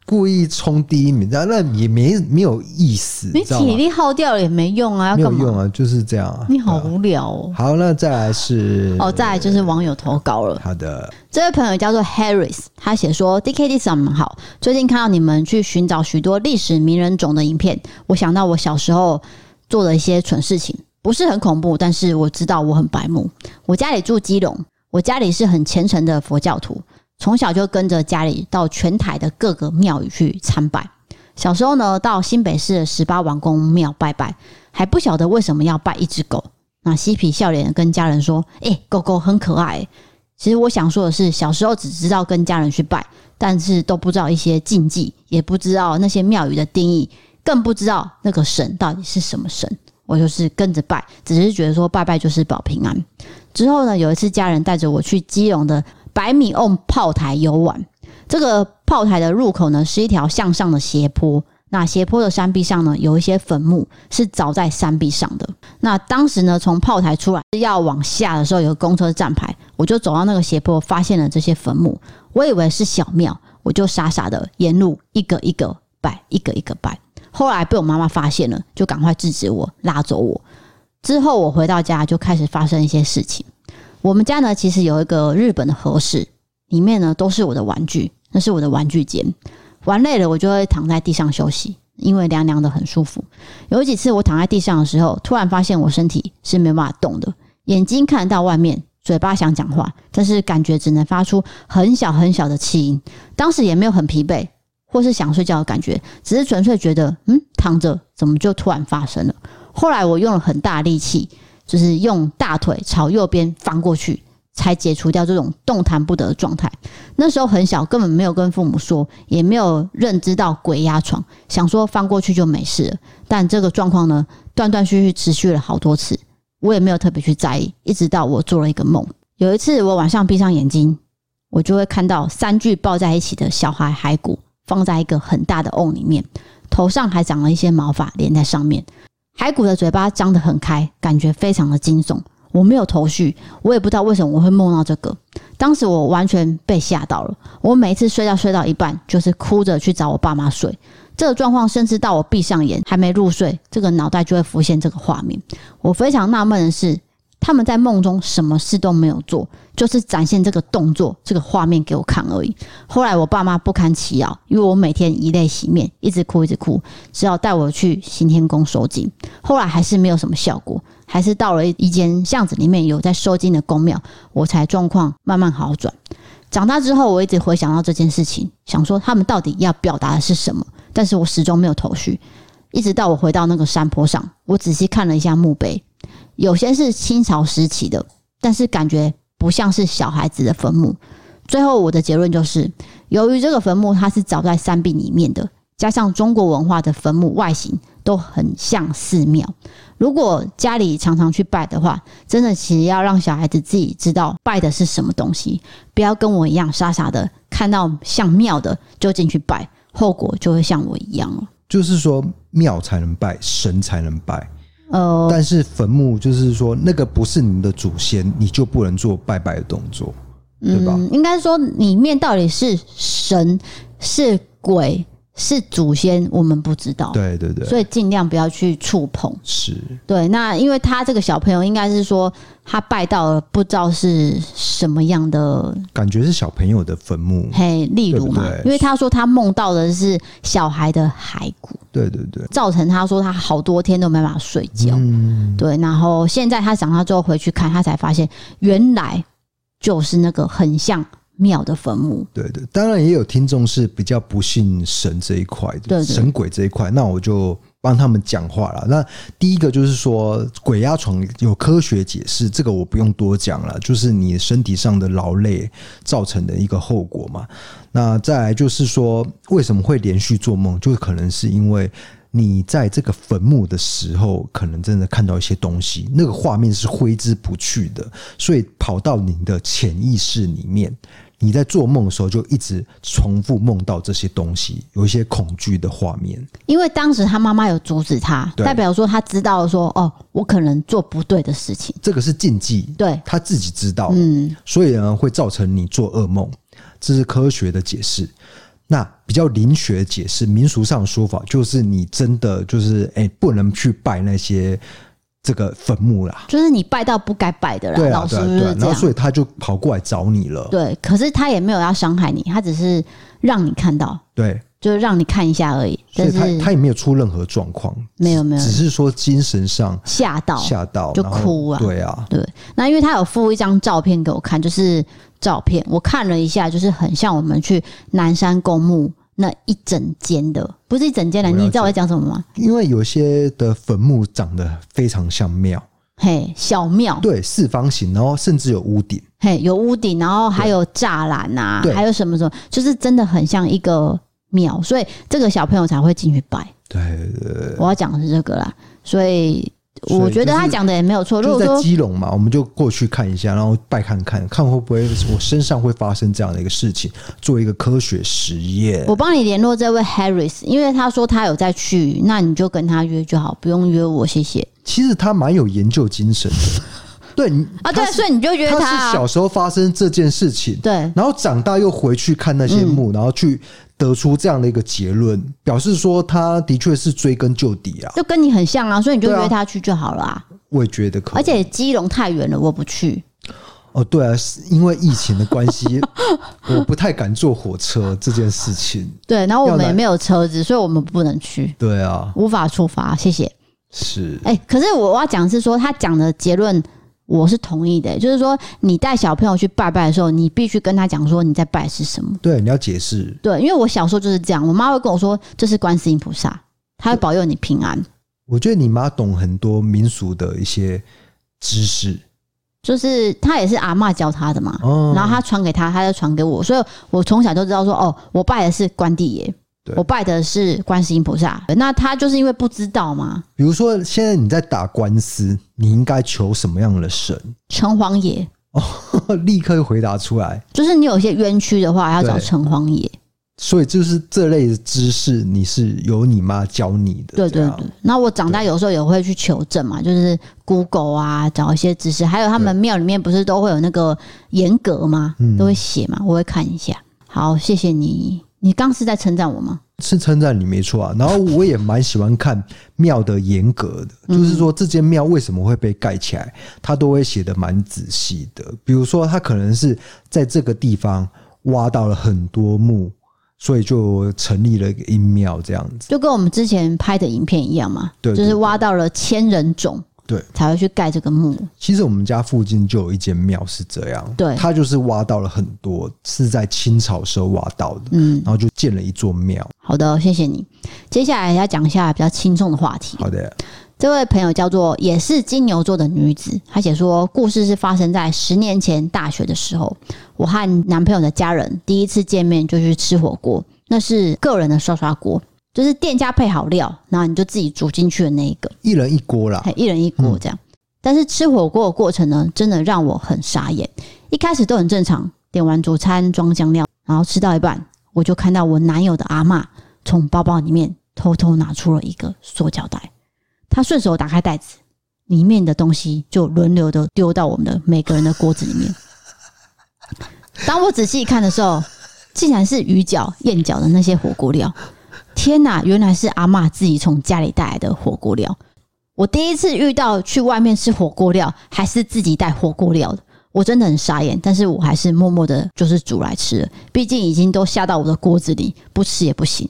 [SPEAKER 2] 故意冲第一名，那那也没没有意思，
[SPEAKER 1] 你
[SPEAKER 2] 知道吗
[SPEAKER 1] 体力耗掉了也没用啊，要
[SPEAKER 2] 没有
[SPEAKER 1] 干嘛？
[SPEAKER 2] 用啊，就是这样啊。
[SPEAKER 1] 你好
[SPEAKER 2] 对啊
[SPEAKER 1] 无聊哦。
[SPEAKER 2] 好，那再来是
[SPEAKER 1] 哦，再来就是网友投稿了。
[SPEAKER 2] 好的，
[SPEAKER 1] 这位朋友叫做 Harris，他写说：“D K D 你们好，最近看到你们去寻找许多历史名人种的影片，我想到我小时候做的一些蠢事情，不是很恐怖，但是我知道我很白目。我家里住基隆，我家里是很虔诚的佛教徒，从小就跟着家里到全台的各个庙宇去参拜。小时候呢，到新北市的十八王公庙拜拜，还不晓得为什么要拜一只狗。”那嬉皮笑脸地跟家人说：“哎、狗狗很可爱、欸其实我想说的是，小时候只知道跟家人去拜，但是都不知道一些禁忌，也不知道那些庙宇的定义，更不知道那个神到底是什么神。我就是跟着拜，只是觉得说拜拜就是保平安。之后呢，有一次家人带着我去基隆的百米瓮炮台游玩，这个炮台的入口呢是一条向上的斜坡。那斜坡的山壁上呢，有一些坟墓是凿在山壁上的。那当时呢，从炮台出来要往下的时候，有个公车站牌，我就走到那个斜坡，发现了这些坟墓。我以为是小庙，我就傻傻的沿路一个一个拜，一个一个拜。后来被我妈妈发现了，就赶快制止我，拉走我。之后我回到家就开始发生一些事情。我们家呢，其实有一个日本的和室，里面呢都是我的玩具，那是我的玩具间。玩累了，我就会躺在地上休息，因为凉凉的很舒服。有几次我躺在地上的时候，突然发现我身体是没办法动的，眼睛看得到外面，嘴巴想讲话，但是感觉只能发出很小很小的气音。当时也没有很疲惫，或是想睡觉的感觉，只是纯粹觉得，嗯，躺着怎么就突然发生了？后来我用了很大力气，就是用大腿朝右边翻过去。才解除掉这种动弹不得的状态。那时候很小，根本没有跟父母说，也没有认知到鬼压床，想说翻过去就没事了。但这个状况呢，断断续续持续了好多次，我也没有特别去在意，一直到我做了一个梦。有一次，我晚上闭上眼睛，我就会看到三具抱在一起的小孩骸骨放在一个很大的瓮里面，头上还长了一些毛发连在上面，骸骨的嘴巴张得很开，感觉非常的惊悚。我没有头绪，我也不知道为什么我会梦到这个。当时我完全被吓到了。我每一次睡觉睡到一半，就是哭着去找我爸妈睡，这个状况甚至到我闭上眼还没入睡，这个脑袋就会浮现这个画面。我非常纳闷的是，他们在梦中什么事都没有做，就是展现这个动作、这个画面给我看而已。后来我爸妈不堪其扰，因为我每天以泪洗面，一直哭一直哭，只好带我去行天宫收金。后来还是没有什么效果，还是到了一间巷子里面有在收金的宫庙，我才状况慢慢好转。长大之后，我一直回想到这件事情，想说他们到底要表达的是什么，但是我始终没有头绪。一直到我回到那个山坡上，我仔细看了一下墓碑，有些是清朝时期的，但是感觉不像是小孩子的坟墓。最后我的结论就是，由于这个坟墓它是凿在山壁里面的，加上中国文化的坟墓外形都很像寺庙。如果家里常常去拜的话，真的其实要让小孩子自己知道拜的是什么东西，不要跟我一样傻傻的看到像庙的就进去拜，后果就会像我一样了。
[SPEAKER 2] 就是说庙才能拜，神才能拜，
[SPEAKER 1] 呃，
[SPEAKER 2] 但是坟墓就是说那个不是你的祖先，你就不能做拜拜的动作，对吧？
[SPEAKER 1] 嗯，应该说里面到底是神、是鬼、是祖先，我们不知道，
[SPEAKER 2] 对对对，
[SPEAKER 1] 所以尽量不要去触碰。
[SPEAKER 2] 是
[SPEAKER 1] 对，那因为他这个小朋友应该是说他拜到了不知道是什么样的
[SPEAKER 2] 感觉是小朋友的坟墓，
[SPEAKER 1] 嘿，例如嘛，
[SPEAKER 2] 对不对
[SPEAKER 1] 因为他说他梦到的是小孩的骸骨，
[SPEAKER 2] 对对对，
[SPEAKER 1] 造成他说他好多天都没办法睡觉。
[SPEAKER 2] 嗯，
[SPEAKER 1] 对，然后现在他长大之后回去看，他才发现原来就是那个很像庙的坟墓。
[SPEAKER 2] 对对，当然也有听众是比较不信神这一块的，
[SPEAKER 1] 对对
[SPEAKER 2] 神鬼这一块，那我就帮他们讲话了。那第一个就是说，鬼压床有科学解释，这个我不用多讲了，就是你身体上的劳累造成的一个后果嘛。那再来就是说，为什么会连续做梦，就可能是因为。你在这个坟墓的时候，可能真的看到一些东西，那个画面是挥之不去的，所以跑到你的潜意识里面，你在做梦的时候就一直重复梦到这些东西，有一些恐惧的画面。
[SPEAKER 1] 因为当时他妈妈有阻止他，
[SPEAKER 2] 对
[SPEAKER 1] 代表说他知道说哦，我可能做不对的事情。
[SPEAKER 2] 这个是禁忌，
[SPEAKER 1] 对，
[SPEAKER 2] 他自己知道，
[SPEAKER 1] 嗯，
[SPEAKER 2] 所以呢会造成你做噩梦，这是科学的解释。那比较灵学解释，民俗上的说法就是你真的就是哎、不能去拜那些这个坟墓啦。
[SPEAKER 1] 就是你拜到不该拜的啦。
[SPEAKER 2] 对啊，
[SPEAKER 1] 老师
[SPEAKER 2] 对啊，
[SPEAKER 1] 就
[SPEAKER 2] 对啊
[SPEAKER 1] 是。这
[SPEAKER 2] 然后所
[SPEAKER 1] 样。
[SPEAKER 2] 以他就跑过来找你了。
[SPEAKER 1] 对，可是他也没有要伤害你，他只是让你看到，
[SPEAKER 2] 对，
[SPEAKER 1] 就是让你看一下而已。
[SPEAKER 2] 所
[SPEAKER 1] 但
[SPEAKER 2] 以他
[SPEAKER 1] 是
[SPEAKER 2] 他也没有出任何状况，
[SPEAKER 1] 没有没有
[SPEAKER 2] 只是说精神上
[SPEAKER 1] 吓到，
[SPEAKER 2] 吓到
[SPEAKER 1] 哦就
[SPEAKER 2] 然后
[SPEAKER 1] 哭啊
[SPEAKER 2] 对啊，
[SPEAKER 1] 对，那因为他有附一张照片给我看，就是照片，我看了一下，就是很像我们去南山公墓那一整间的，不是一整间的，
[SPEAKER 2] 我了
[SPEAKER 1] 你
[SPEAKER 2] 解
[SPEAKER 1] 知道我在讲什么吗？
[SPEAKER 2] 因为有些的坟墓长得非常像庙，
[SPEAKER 1] 嘿，小庙，
[SPEAKER 2] 对，四方形，然后甚至有屋顶，
[SPEAKER 1] 嘿，有屋顶，然后还有栅栏啊
[SPEAKER 2] 对，
[SPEAKER 1] 还有什么什么，就是真的很像一个庙，所以这个小朋友才会进去拜。
[SPEAKER 2] 对，对对
[SPEAKER 1] 我要讲的是这个啦，所以
[SPEAKER 2] 所以
[SPEAKER 1] 我觉得
[SPEAKER 2] 就是
[SPEAKER 1] 他讲的也没有错。如
[SPEAKER 2] 就是
[SPEAKER 1] 果
[SPEAKER 2] 在
[SPEAKER 1] 说
[SPEAKER 2] 基隆嘛，我们就过去看一下，然后拜看看，看会不会我身上会发生这样的一个事情，做一个科学实验。
[SPEAKER 1] 我帮你联络这位 Harris，因为他说他有在去，那你就跟他约就好，不用约我，谢谢。
[SPEAKER 2] 其实他蛮有研究精神的，对，你
[SPEAKER 1] 啊，对
[SPEAKER 2] 他，是
[SPEAKER 1] 所以你就约
[SPEAKER 2] 他是
[SPEAKER 1] 啊
[SPEAKER 2] 小时候发生这件事情，
[SPEAKER 1] 对
[SPEAKER 2] 然后长大又回去看那些
[SPEAKER 1] 嗯
[SPEAKER 2] 墓，然后去得出这样的一个结论，表示说他的确是追根究底啊，
[SPEAKER 1] 就跟你很像啊，所以你就
[SPEAKER 2] 对啊
[SPEAKER 1] 约他去就好了啊。
[SPEAKER 2] 我也觉得可以。
[SPEAKER 1] 而且基隆太远了，我不去。
[SPEAKER 2] 哦，对啊，是因为疫情的关系， 我不太敢坐火车这件事情。
[SPEAKER 1] 对，然后我
[SPEAKER 2] 要
[SPEAKER 1] 们
[SPEAKER 2] 来
[SPEAKER 1] 也没有车子，所以我们不能去，
[SPEAKER 2] 对啊，
[SPEAKER 1] 无法出发。谢谢。
[SPEAKER 2] 是
[SPEAKER 1] 哎、可是我要讲是说，他讲的结论我是同意的、哎就是说你带小朋友去拜拜的时候，你必须跟他讲说你在拜是什么。
[SPEAKER 2] 对，你要解释。
[SPEAKER 1] 对，因为我小时候就是这样，我妈会跟我说这是观世音菩萨，他会保佑你平安。
[SPEAKER 2] 我觉得你妈懂很多民俗的一些知识，
[SPEAKER 1] 就是他也是阿嬷教他的嘛，
[SPEAKER 2] 哦
[SPEAKER 1] 然后他传给他，他再传给我，所以我从小就知道说，哦，我拜的是关帝爷
[SPEAKER 2] 对，
[SPEAKER 1] 我拜的是观世音菩萨。那他就是因为不知道嘛，
[SPEAKER 2] 比如说现在你在打官司，你应该求什么样的神？
[SPEAKER 1] 城隍爷，
[SPEAKER 2] 立刻就回答出来。
[SPEAKER 1] 就是你有一些冤屈的话，要找
[SPEAKER 2] 对
[SPEAKER 1] 城隍爷。
[SPEAKER 2] 所以就是这类的知识，你是由你妈教你的，
[SPEAKER 1] 对
[SPEAKER 2] 这
[SPEAKER 1] 对
[SPEAKER 2] 样
[SPEAKER 1] 对。那我长大有时候也会去求证嘛，就是 Google 啊，找一些知识，还有他们庙里面不是都会有那个严格吗？都会写嘛，我会看一下。好，谢谢你。你刚是在称赞我吗？
[SPEAKER 2] 是称赞你没错啊。然后我也蛮喜欢看庙的严格的，就是说这间庙为什么会被盖起来，它都会写的蛮仔细的。比如说，它可能是在这个地方挖到了很多墓，所以就成立了一个阴庙这样子。
[SPEAKER 1] 就跟我们之前拍的影片一样嘛，
[SPEAKER 2] 对
[SPEAKER 1] 就是
[SPEAKER 2] 对
[SPEAKER 1] 挖到了千人冢，
[SPEAKER 2] 对，
[SPEAKER 1] 才会去盖这个墓。
[SPEAKER 2] 其实我们家附近就有一间庙是这样，
[SPEAKER 1] 对
[SPEAKER 2] 它就是挖到了很多，是在清朝时候挖到的，
[SPEAKER 1] 嗯
[SPEAKER 2] 然，后就建了一座庙。
[SPEAKER 1] 好的，谢谢你。接下来要讲一下比较轻松的话题。
[SPEAKER 2] 好的，
[SPEAKER 1] 这位朋友叫做也是金牛座的女子，她写说，故事是发生在十年前大学的时候，我和男朋友的家人第一次见面就去吃火锅，那是个人的涮涮锅，就是店家配好料，然后你就自己煮进去的那一个。
[SPEAKER 2] 一人一锅啦，
[SPEAKER 1] 嘿一人一锅这样。但是吃火锅的过程呢，真的让我很傻眼。一开始都很正常，点完主餐装酱料，然后吃到一半，我就看到我男友的阿嬷从包包里面偷偷拿出了一个塑胶袋，他顺手打开袋子，里面的东西就轮流的丢到我们的每个人的锅子里面。当我仔细一看的时候，竟然是鱼饺、燕饺的那些火锅料。天哪，原来是阿嬷自己从家里带来的火锅料。我第一次遇到去外面吃火锅料，还是自己带火锅料的，我真的很傻眼。但是我还是默默的，就是煮来吃了，毕竟已经都下到我的锅子里，不吃也不行。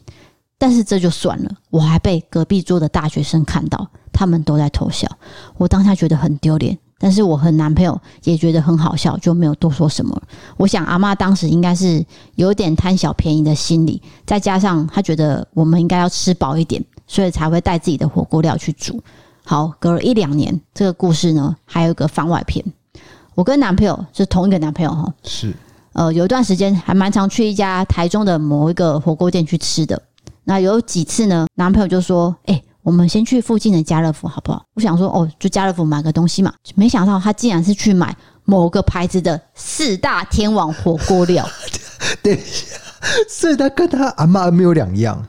[SPEAKER 1] 但是这就算了，我还被隔壁桌的大学生看到，他们都在偷笑。我当下觉得很丢脸，但是我和男朋友也觉得很好笑，就没有多说什么了。我想阿妈当时应该是有点贪小便宜的心理，再加上她觉得我们应该要吃饱一点，所以才会带自己的火锅料去煮。好，隔了一两年，这个故事呢还有一个番外篇。我跟男朋友是同一个男朋友哈，
[SPEAKER 2] 是
[SPEAKER 1] 呃，有一段时间还蛮常去一家台中的某一个火锅店去吃的。那有几次呢，男朋友就说：“哎、我们先去附近的家乐福好不好？”我想说：“哦，就家乐福买个东西嘛。”没想到他竟然是去买某个牌子的四大天王火锅料。
[SPEAKER 2] 所以他跟他阿妈没有两样，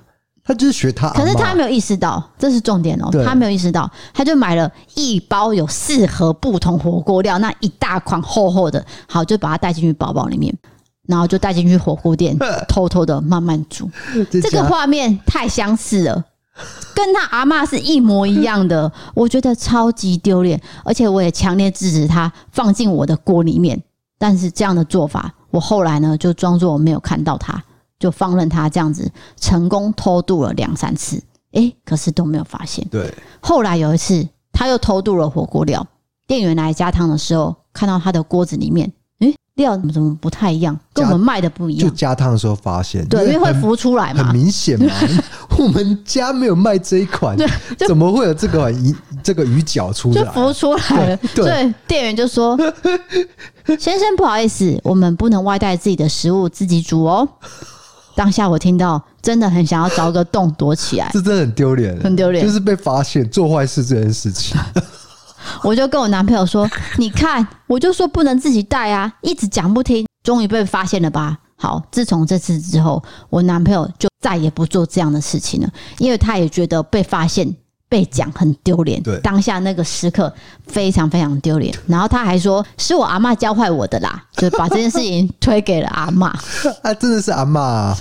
[SPEAKER 2] 他就是学他阿妈。
[SPEAKER 1] 可是他没有意识到，这是重点哦、
[SPEAKER 2] 对
[SPEAKER 1] 他没有意识到，他就买了一包有四盒不同火锅料，那一大筐厚厚的，好就把它带进去包包里面。然后就带进去火锅店，偷偷的慢慢煮。
[SPEAKER 2] 这
[SPEAKER 1] 这个
[SPEAKER 2] 家
[SPEAKER 1] 画面太相似了，跟他阿嬷是一模一样 的，我觉得超级丢脸，而且我也强烈制止他放进我的锅里面。但是这样的做法，我后来呢就装作我没有看到他，就放任他这样子成功偷渡了两三次，诶、可是都没有发现。
[SPEAKER 2] 对，
[SPEAKER 1] 后来有一次，他又偷渡了火锅料，店员来加汤的时候，看到他的锅子里面，诶、料怎么怎么不太一样，跟我们卖的不一
[SPEAKER 2] 就
[SPEAKER 1] 样。
[SPEAKER 2] 加烫的时候发现，
[SPEAKER 1] 对，因为会
[SPEAKER 2] 很
[SPEAKER 1] 浮出来嘛，
[SPEAKER 2] 很明显嘛， 我们家没有卖这一款，
[SPEAKER 1] 就
[SPEAKER 2] 怎么会有这个鱼这个鱼饺出
[SPEAKER 1] 就
[SPEAKER 2] 来？
[SPEAKER 1] 浮出来了。
[SPEAKER 2] 对对
[SPEAKER 1] 所以店员就说：“ 先生，不好意思，我们不能外带自己的食物，自己煮哦。”当下我听到，真的很想要找个洞躲起来。
[SPEAKER 2] 这真的很丢脸，
[SPEAKER 1] 很丢脸
[SPEAKER 2] 就是被发现做坏事这件事情。
[SPEAKER 1] 我就跟我男朋友说：“你看，我就说不能自己带啊，一直讲不听，终于被发现了吧？”好，自从这次之后，我男朋友就再也不做这样的事情了，因为他也觉得被发现、被讲很丢脸
[SPEAKER 2] 对。
[SPEAKER 1] 当下那个时刻非常非常丢脸。然后他还说：“是我阿嬷教坏我的啦。”就把这件事情推给了阿嬷。
[SPEAKER 2] 啊， 真的是阿妈、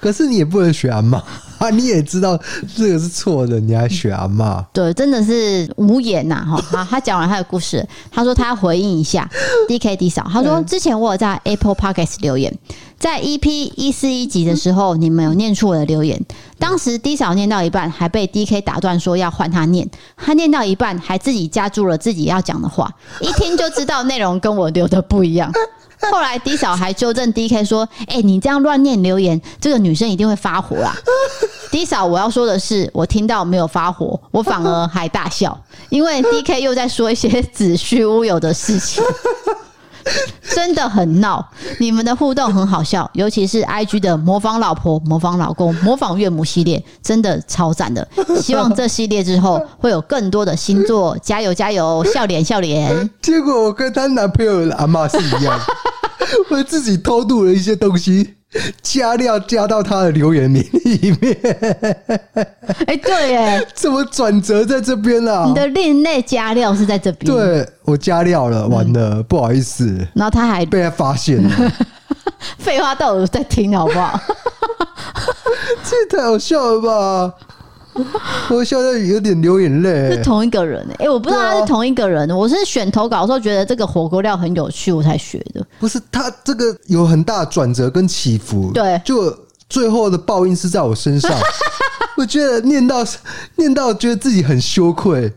[SPEAKER 2] 可是你也不能学阿妈 啊，你也知道这个是错的，你还学阿啊妈？
[SPEAKER 1] 对，真的是无言呐、哈。好，他讲完他的故事，他说他要回应一下 D K D 嫂。他说之前我有在 Apple Podcast 留言，在 EP 一四一集的时候，你们有念出我的留言。当时 D 嫂念到一半，还被 D K 打断说要换他念。他念到一半，还自己加注了自己要讲的话，一听就知道内容跟我留的不一样。后来 D 嫂还纠正 D K 说：“哎、你这样乱念留言，这个女生一定会发火啦。”迪嫂，我要说的是，我听到没有发火，我反而还大笑，因为 D K 又在说一些子虚乌有的事情，真的很闹。你们的互动很好笑，尤其是 I G 的模仿老婆、模仿老公、模仿岳母系列，真的超赞的。希望这系列之后会有更多的星座，加油加油，笑脸笑脸。
[SPEAKER 2] 结果我跟她男朋友的阿妈是一 样，我自己偷渡了一些东西，加料加到她的留言里里面，
[SPEAKER 1] 哎、对耶，
[SPEAKER 2] 怎么转折在这边啊
[SPEAKER 1] 你？的另类加料是在这边。
[SPEAKER 2] 对我加料了，完
[SPEAKER 1] 嗯
[SPEAKER 2] 了，不好意思，
[SPEAKER 1] 然后他还
[SPEAKER 2] 被她发 现了，
[SPEAKER 1] 废话到我在听，好不好？
[SPEAKER 2] 这太好笑了吧？我笑到有点流眼泪、
[SPEAKER 1] 是同一个人哎、欸我不知道他
[SPEAKER 2] 对
[SPEAKER 1] 是
[SPEAKER 2] 啊
[SPEAKER 1] 同一个人。我是选投稿的时候觉得这个火锅料很有趣，我才学的。
[SPEAKER 2] 不是他这个有很大的转折跟起伏，
[SPEAKER 1] 对
[SPEAKER 2] 就最后的报应是在我 身上。我觉得念到念到，觉得自己很羞愧。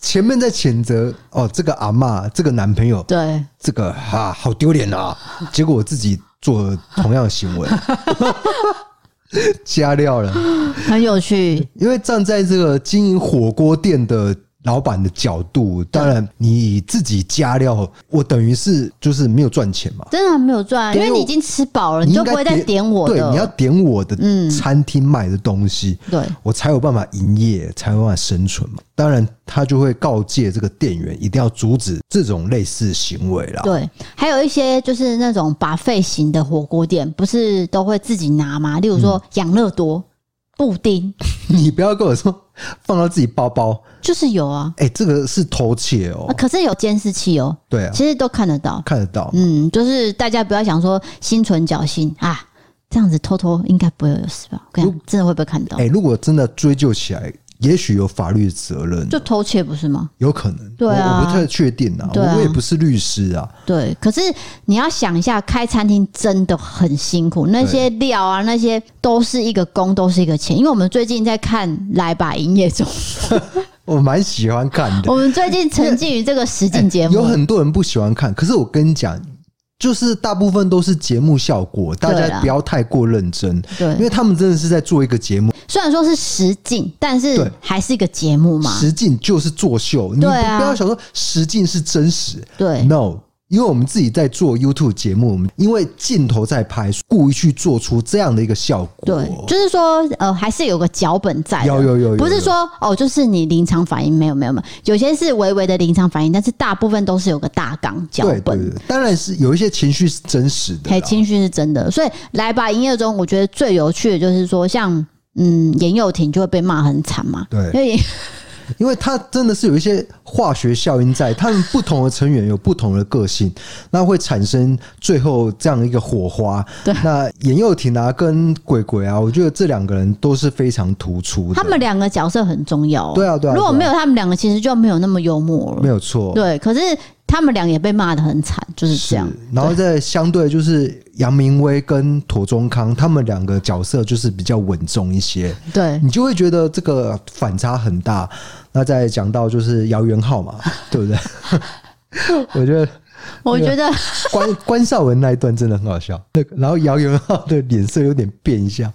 [SPEAKER 2] 前面在谴责哦，这个阿嬷，这个男朋友，
[SPEAKER 1] 对，
[SPEAKER 2] 这个啊，好丢脸啊！结果我自己做了同样的 行为，加料了。
[SPEAKER 1] 很有 趣。
[SPEAKER 2] 因为站在这个经营火锅店的老板的角度，当然你自己加料，我等于是就是没有赚钱嘛。
[SPEAKER 1] 真的没有赚，啊因
[SPEAKER 2] 对
[SPEAKER 1] 为你已经吃饱了，你
[SPEAKER 2] 应
[SPEAKER 1] 就
[SPEAKER 2] 该
[SPEAKER 1] 不会再点我的。
[SPEAKER 2] 对，你要点我的
[SPEAKER 1] 嗯
[SPEAKER 2] 餐厅卖的东西，
[SPEAKER 1] 对
[SPEAKER 2] 我才有办法营业，才有办法生存嘛。当然，他就会告诫这个店员一定要阻止这种类似行为啦。
[SPEAKER 1] 对，还有一些就是那种把费型的火锅店，不是都会自己拿吗？例如
[SPEAKER 2] 嗯
[SPEAKER 1] 说养乐多、布 丁，
[SPEAKER 2] 你不要跟我说放到自己包包，
[SPEAKER 1] 就是有啊。
[SPEAKER 2] 哎、这个是偷窃哦、
[SPEAKER 1] 啊可是有监视器哦，
[SPEAKER 2] 对啊，
[SPEAKER 1] 其实都看得到。
[SPEAKER 2] 看得到。
[SPEAKER 1] 嗯，就是大家不要想说心存侥幸啊，这样子偷偷应该不会有事吧？我跟你讲，真的会被看到
[SPEAKER 2] 哎、。如果真的追究起来，也许有法律责任，
[SPEAKER 1] 就偷窃不是吗？
[SPEAKER 2] 有可能。
[SPEAKER 1] 对啊
[SPEAKER 2] 我我不太确定啊，
[SPEAKER 1] 对啊
[SPEAKER 2] 我也不是律师啊。
[SPEAKER 1] 对，可是你要想一下，开餐厅真的很辛苦，那些料啊，那些都是一个工，都是一个钱。因为我们最近在看《来吧营业中》，
[SPEAKER 2] 我蛮喜欢看的
[SPEAKER 1] 我，们最近沉浸于这个 实境节
[SPEAKER 2] 哎有
[SPEAKER 1] 目，
[SPEAKER 2] 很多人不喜欢看，可是我跟你讲，就是大部分都是节目效果，大
[SPEAKER 1] 啦
[SPEAKER 2] 家不要太过认真，因
[SPEAKER 1] 对，
[SPEAKER 2] 为他们真的是在做一个节目，
[SPEAKER 1] 虽然说是实境，但
[SPEAKER 2] 对
[SPEAKER 1] 是还是一个节目嘛，
[SPEAKER 2] 实境就是作秀，你不
[SPEAKER 1] 对啊
[SPEAKER 2] 不要想说实境是真实
[SPEAKER 1] 对。
[SPEAKER 2] ，no。因为我们自己在做 YouTube 节目，我们因为镜头在拍，故意去做出这样的一个效果。
[SPEAKER 1] 对，就是说，呃，还是有个脚本在的，
[SPEAKER 2] 有有有有
[SPEAKER 1] 不
[SPEAKER 2] 有
[SPEAKER 1] 是说哦，就是你临场反应没有没有没有，有些是微微的临场反应，但是大部分都是有个大纲脚
[SPEAKER 2] 对对
[SPEAKER 1] 本，
[SPEAKER 2] 对，当然是有一些情绪是真实的
[SPEAKER 1] 嘿，
[SPEAKER 2] 啦，
[SPEAKER 1] 情绪是真的。所以来吧，营业中我觉得最有趣的就是说像，嗯，严幼婷就会被骂很惨嘛，
[SPEAKER 2] 对
[SPEAKER 1] 因为
[SPEAKER 2] 因为它真的是有一些化学效应在，它们不同的成员有不同的个性，那会产生最后这样一个火花。
[SPEAKER 1] 对
[SPEAKER 2] 那严幼婷啊跟鬼鬼啊，我觉得这两个人都是非常突出的，
[SPEAKER 1] 他们两个角色很重要哦、
[SPEAKER 2] 对啊对啊
[SPEAKER 1] 如果
[SPEAKER 2] 对啊
[SPEAKER 1] 没有他们两个，其实就没有那么幽默了。
[SPEAKER 2] 没有错，
[SPEAKER 1] 对，可是他们俩也被骂的很惨，就是这样。
[SPEAKER 2] 然后再相对就是杨明威跟妥中康，他们两个角色就是比较稳重一些，
[SPEAKER 1] 对，
[SPEAKER 2] 你就会觉得这个反差很大。那再讲到就是姚元浩嘛，对 不对？我觉得
[SPEAKER 1] 我觉得
[SPEAKER 2] 关 关少文那一段真的很好笑，那个然后姚元浩的脸色有点变一下，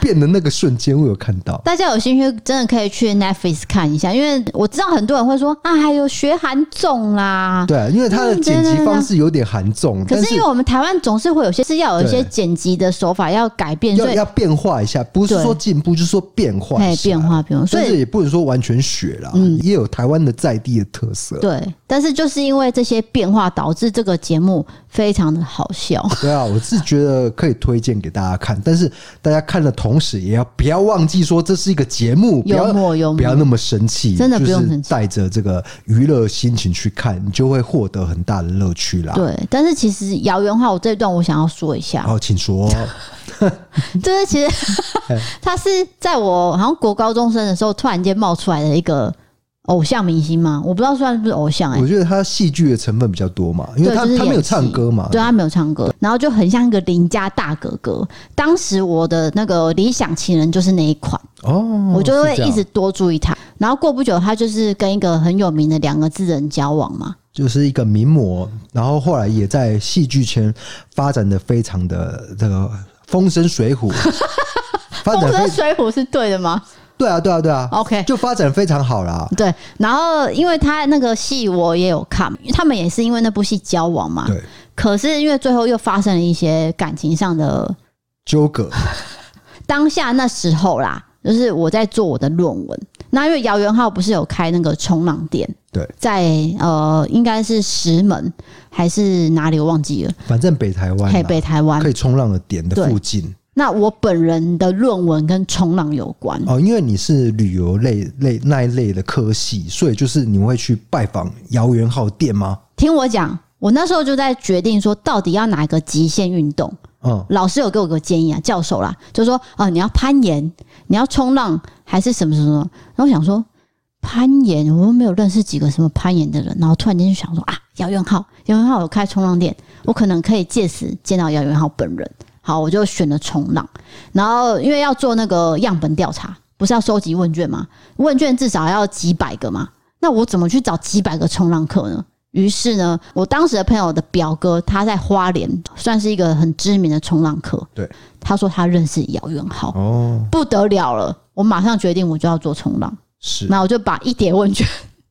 [SPEAKER 2] 变的那个瞬间我有看到，
[SPEAKER 1] 大家有兴趣真的可以去 Netflix 看一下，因为我知道很多人会说啊，还有学韩综啦。
[SPEAKER 2] 对，啊因为他的剪辑方式有点含重，
[SPEAKER 1] 可
[SPEAKER 2] 但
[SPEAKER 1] 是因为我们台湾总是会有些是要有一些
[SPEAKER 2] 对
[SPEAKER 1] 剪辑的手法要改变，所
[SPEAKER 2] 要
[SPEAKER 1] 以
[SPEAKER 2] 要变化一下，不是
[SPEAKER 1] 对
[SPEAKER 2] 说进步，就是说变化
[SPEAKER 1] 哎
[SPEAKER 2] 一下，
[SPEAKER 1] 变化嗯变化，所
[SPEAKER 2] 但
[SPEAKER 1] 以
[SPEAKER 2] 是也不能说完全学啦，也有台湾的在地的特色。啊
[SPEAKER 1] 对，但是就是因为这些变化，导致这个节目非常的好笑。
[SPEAKER 2] 对啊，我是觉得可以推荐给大家看，但是大家看的同时，也要不要忘记说这是一个节目，不
[SPEAKER 1] 幽
[SPEAKER 2] 要
[SPEAKER 1] 默幽默
[SPEAKER 2] 不要那么生气，
[SPEAKER 1] 真的不用
[SPEAKER 2] 就是
[SPEAKER 1] 生气
[SPEAKER 2] 带着这个娱乐心情去看，你就会获得很大的乐趣啦。
[SPEAKER 1] 对，啊但是其实姚元浩，我这段我想要说一下
[SPEAKER 2] 然，后请说，
[SPEAKER 1] 哎就是其 实
[SPEAKER 2] 嗯
[SPEAKER 1] 他是在我好像国高中生的时候突然间冒出来的一个偶像明星嘛，我不知道算是不是偶像哎、
[SPEAKER 2] 我觉得它戏剧的成分比较多嘛，因为
[SPEAKER 1] 对
[SPEAKER 2] 他
[SPEAKER 1] 就是
[SPEAKER 2] 他没有
[SPEAKER 1] 演戏
[SPEAKER 2] 唱歌嘛，
[SPEAKER 1] 对他啊没有唱歌，然后就很像一个邻家大哥哥。当时我的那个理想情人就是那一款，
[SPEAKER 2] 哦，
[SPEAKER 1] 我就会
[SPEAKER 2] 是这
[SPEAKER 1] 一
[SPEAKER 2] 样
[SPEAKER 1] 直多注意他。然后过不久，他就是跟一个很有名的两个字人交往嘛，
[SPEAKER 2] 就是一个名模，然后后来也在戏剧圈发展的非常的这个风生 水虎，发
[SPEAKER 1] 《
[SPEAKER 2] 展
[SPEAKER 1] 风
[SPEAKER 2] 得
[SPEAKER 1] 生
[SPEAKER 2] 非
[SPEAKER 1] 水浒》是对的吗
[SPEAKER 2] 对啊对啊对啊，
[SPEAKER 1] ？OK，
[SPEAKER 2] 就发展非常好啦。
[SPEAKER 1] 对，然后因为他那个戏我也有看，他们也是因为那部戏交往嘛。
[SPEAKER 2] 对，
[SPEAKER 1] 可是因为最后又发生了一些感情上的
[SPEAKER 2] 纠葛，
[SPEAKER 1] 当下那时候啦，就是我在做我的论文。那因为姚元浩不是有开那个冲浪店？
[SPEAKER 2] 对，
[SPEAKER 1] 在呃，应该是石门还是哪里，我忘记了，
[SPEAKER 2] 反正北台湾、
[SPEAKER 1] 台
[SPEAKER 2] 啊、
[SPEAKER 1] 北台湾
[SPEAKER 2] 可。以冲浪的点的附近
[SPEAKER 1] 那我本人的论文跟冲浪有关，
[SPEAKER 2] 哦，因为你是旅游类类那一类的科系，所以就是你会去拜访姚元浩店吗？
[SPEAKER 1] 听我讲，我那时候就在决定说，到底要哪一个极限运动。
[SPEAKER 2] 嗯，
[SPEAKER 1] 老师有给我个建议啊，教授啦，就说啊、你要攀岩，你要冲浪，还是什么什么什么？然后我想说攀岩，我又没有认识几个什么攀岩的人，然后突然间就想说啊，姚元浩，姚元浩有开冲浪店，我可能可以借此见到姚元浩本人。好，我就选了冲浪，然后因为要做那个样本调查，不是要收集问卷吗？问卷至少要几百个嘛，那我怎么去找几百个冲浪客呢？于是呢，我当时的朋友的表哥，他在花莲算是一个很知名的冲浪客。
[SPEAKER 2] 对，
[SPEAKER 1] 他说他认识姚元浩，
[SPEAKER 2] 哦，
[SPEAKER 1] 不得了了！我马上决定我就要做冲浪，
[SPEAKER 2] 是
[SPEAKER 1] 那我就把一叠问卷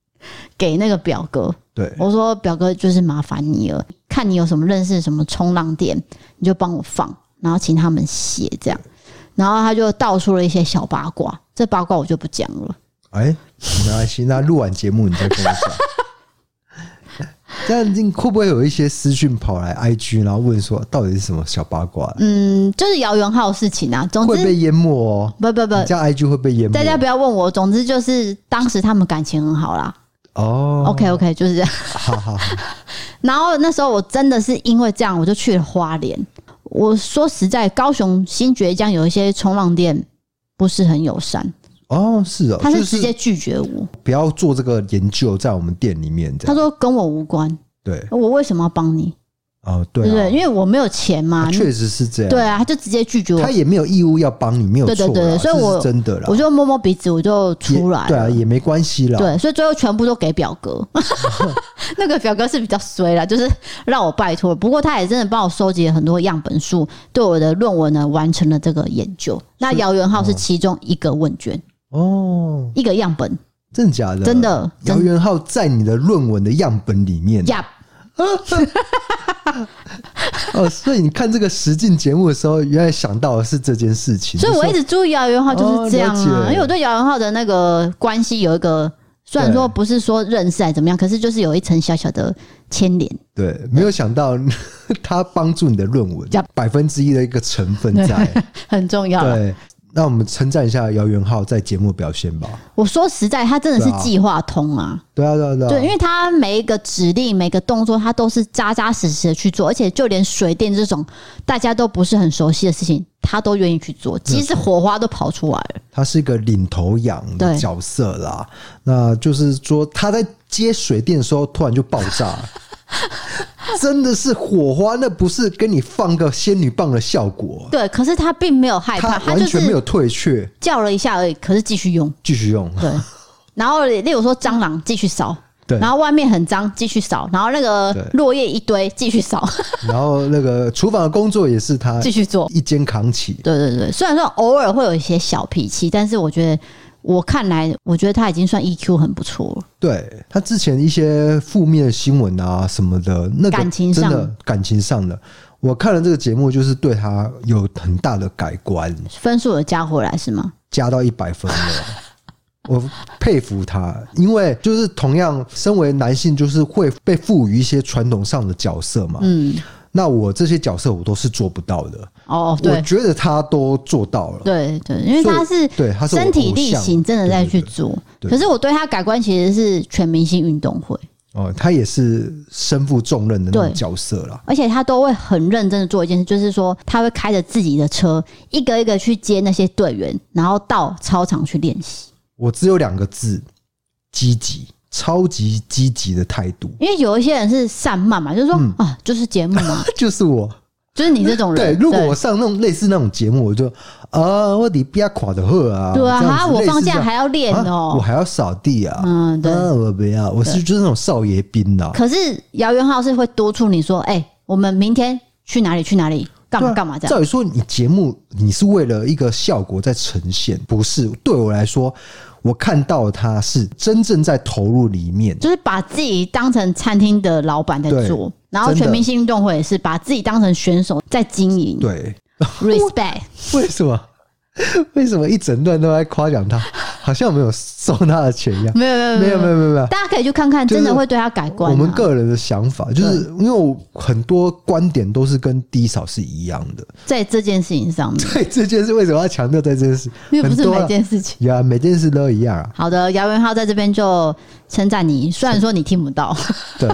[SPEAKER 1] 给那个表哥，
[SPEAKER 2] 对，
[SPEAKER 1] 我说表哥就是麻烦你了，看你有什么认识什么冲浪店，你就帮我放，然后请他们写这样。然后他就道出了一些小八卦，这八卦我就不讲了。
[SPEAKER 2] 哎、没关系，那录完节目你再跟我讲。 但你会不会有一些私讯跑来 IG，然后问说到底是什么小八卦，
[SPEAKER 1] 嗯，就是姚元浩的事情啊。总
[SPEAKER 2] 会
[SPEAKER 1] 之，
[SPEAKER 2] 被淹没哦？
[SPEAKER 1] 不不不
[SPEAKER 2] 你，家 IG 会被淹没？
[SPEAKER 1] 大家不要问我。总之就是当时他们感情很好啦。
[SPEAKER 2] 哦
[SPEAKER 1] OK OK，就是这样。
[SPEAKER 2] 好好好，
[SPEAKER 1] 然后那时候我真的是因为这样，我就去了花莲。我说实在，高雄新爵江有一些冲浪店不是很友善，
[SPEAKER 2] 哦，是哦，
[SPEAKER 1] 他
[SPEAKER 2] 就是
[SPEAKER 1] 直接拒绝我。
[SPEAKER 2] 不要做这个研究，在我们店里面这
[SPEAKER 1] 他
[SPEAKER 2] 样。
[SPEAKER 1] 说跟我无关，
[SPEAKER 2] 对，
[SPEAKER 1] 我为什么要帮你？
[SPEAKER 2] 哦，
[SPEAKER 1] 对
[SPEAKER 2] 对、
[SPEAKER 1] 不对？
[SPEAKER 2] 啊，
[SPEAKER 1] 因为我没有钱嘛。
[SPEAKER 2] 确实是这样。
[SPEAKER 1] 对，啊，他就直接拒绝我
[SPEAKER 2] 他，也没有义务要帮你，没有错
[SPEAKER 1] 对
[SPEAKER 2] 啦，
[SPEAKER 1] 对对所以
[SPEAKER 2] 这是
[SPEAKER 1] 我
[SPEAKER 2] 真的啦，
[SPEAKER 1] 我就摸摸鼻子，我就出来
[SPEAKER 2] 也对啊，
[SPEAKER 1] 了。
[SPEAKER 2] 也没关系啦。
[SPEAKER 1] 对，所以最后全部都给表 哥。那个表哥是比较衰啦，就是让我拜托。不过他也真的帮我收集了很多样本数，对我的论文呢完成了这个研究。那姚元浩是其中一个问卷，
[SPEAKER 2] 哦，
[SPEAKER 1] 一个样本，
[SPEAKER 2] 真的假的？
[SPEAKER 1] 真的
[SPEAKER 2] 姚元浩在你的论文的样本里面
[SPEAKER 1] 呀、
[SPEAKER 2] 哦，所以你看这个实境节目的时候，原来想到的是这件事情。
[SPEAKER 1] 所以我一
[SPEAKER 2] 就说
[SPEAKER 1] 直注意姚元浩就是这样
[SPEAKER 2] 哦
[SPEAKER 1] 啊，
[SPEAKER 2] 了解
[SPEAKER 1] 因为我对姚元浩的那个关系有一个，虽然说
[SPEAKER 2] 对
[SPEAKER 1] 不是说认识还怎么样，可是就是有一层小小的牵连。
[SPEAKER 2] 对，没有想到 他帮助你的论文
[SPEAKER 1] Yup
[SPEAKER 2] 百分之一的一个成分在。
[SPEAKER 1] 很重要啦。啊
[SPEAKER 2] 对，那我们称赞一下姚元浩在节目表现吧。
[SPEAKER 1] 我说实在，他真的是计划通啊，
[SPEAKER 2] 对啊，对啊，
[SPEAKER 1] 对，因
[SPEAKER 2] 对啊，
[SPEAKER 1] 为他每一个指令、每个动作，他都是扎扎实实的去做，而且就连水电这种大家都不是很熟悉的事情，他都愿意去做，即使火花都跑出来了。
[SPEAKER 2] 他是一个领头羊的
[SPEAKER 1] 对
[SPEAKER 2] 角色啦。那就是说他在接水电的时候突然就爆 炸，真的是火花，那不是跟你放个仙女棒的效果，
[SPEAKER 1] 对，可是他并没有害怕，
[SPEAKER 2] 他
[SPEAKER 1] 他
[SPEAKER 2] 完
[SPEAKER 1] 就
[SPEAKER 2] 全没有
[SPEAKER 1] 是
[SPEAKER 2] 退却，
[SPEAKER 1] 叫了一下而已，可是继续用。
[SPEAKER 2] 继续用。
[SPEAKER 1] 对，然后例如说蟑螂继续扫，
[SPEAKER 2] 对，
[SPEAKER 1] 然后外面很脏继续扫，然后那个
[SPEAKER 2] 对
[SPEAKER 1] 落叶一堆继续扫，
[SPEAKER 2] 然后那个厨房的工作也是 他
[SPEAKER 1] 继续做。
[SPEAKER 2] 一肩扛起。
[SPEAKER 1] 对对对，虽然说偶尔会有一些小脾气，但是我觉得我看来，我觉得他已经算 EQ 很不错了。
[SPEAKER 2] 对他之前一些负面的新闻啊什么的，那个
[SPEAKER 1] 感情上
[SPEAKER 2] 真的感情上的，我看了这个节目，就是对他有很大的改观，
[SPEAKER 1] 分数有加回来是吗？
[SPEAKER 2] 加到一百分了。 我佩服他，因为就是同样身为男性，就是会被赋予一些传统上的角色嘛。
[SPEAKER 1] 嗯，
[SPEAKER 2] 那我这些角色我都是做不到的，
[SPEAKER 1] 哦，
[SPEAKER 2] 我
[SPEAKER 1] 对
[SPEAKER 2] 觉得他都做到了。
[SPEAKER 1] 对对，因为
[SPEAKER 2] 所以
[SPEAKER 1] 他是
[SPEAKER 2] 对，他是我
[SPEAKER 1] 身体
[SPEAKER 2] 偶
[SPEAKER 1] 力
[SPEAKER 2] 像
[SPEAKER 1] 行，真的在
[SPEAKER 2] 对对
[SPEAKER 1] 去
[SPEAKER 2] 对
[SPEAKER 1] 做。
[SPEAKER 2] 对
[SPEAKER 1] 可是我对他改观其实是全明星运动会，
[SPEAKER 2] 哦，他也是身负重任的那
[SPEAKER 1] 对
[SPEAKER 2] 种角色啦。
[SPEAKER 1] 而且他都会很认真的做一件事，就是说他会开着自己的车，一个一个去接那些队员，然后到操场去练习。
[SPEAKER 2] 我只有两个字：积极，超级积极的态度，
[SPEAKER 1] 因为有一些人是散漫嘛，就是说、
[SPEAKER 2] 嗯
[SPEAKER 1] 啊，就是节目 嘛，
[SPEAKER 2] 就是我。
[SPEAKER 1] 就是你这种
[SPEAKER 2] 对，
[SPEAKER 1] 人。
[SPEAKER 2] 如果我上那种类似那种节目，我就啊，我底边垮的喝啊，
[SPEAKER 1] 对啊，
[SPEAKER 2] 这样
[SPEAKER 1] 哈，
[SPEAKER 2] 子
[SPEAKER 1] 我
[SPEAKER 2] 类似
[SPEAKER 1] 放假
[SPEAKER 2] 这样
[SPEAKER 1] 还要练
[SPEAKER 2] 啊我
[SPEAKER 1] 哦。
[SPEAKER 2] 还要扫地啊，
[SPEAKER 1] 嗯，对。
[SPEAKER 2] 啊，我不要，我是就是那种少爷兵啊。
[SPEAKER 1] 可是姚元浩是会督促你说，哎、我们明天去哪里去哪里，干
[SPEAKER 2] 对
[SPEAKER 1] 嘛
[SPEAKER 2] 啊
[SPEAKER 1] 干嘛这样。
[SPEAKER 2] 照理说，你节目你是为了一个效果在呈现，不是？对我来说，我看到他是真正在投入里面，
[SPEAKER 1] 就是把自己当成餐厅的老板在
[SPEAKER 2] 对
[SPEAKER 1] 做，然后
[SPEAKER 2] 真的
[SPEAKER 1] 全明星运动会也是把自己当成选手在经营
[SPEAKER 2] 对，
[SPEAKER 1] ，respect。
[SPEAKER 2] 为什么？ 为什么一整段都在夸奖他，好像没有收他的钱一样？
[SPEAKER 1] 没有没有
[SPEAKER 2] 没有没有没有没有。
[SPEAKER 1] 大家可以去看看，
[SPEAKER 2] 就是
[SPEAKER 1] 真的会对他改观、啊。
[SPEAKER 2] 我们个人的想法就是，因为我很多观点都是跟低嫂是一样 的。
[SPEAKER 1] 在这件事情上面，
[SPEAKER 2] 对这件事，为什么要强调在这件事？
[SPEAKER 1] 因为不
[SPEAKER 2] 很
[SPEAKER 1] 是
[SPEAKER 2] 多啊
[SPEAKER 1] 每件事情。
[SPEAKER 2] 呀，每件事都一样啊。
[SPEAKER 1] 好的，姚元浩在这边就称赞你，虽然说你听不到，
[SPEAKER 2] 对，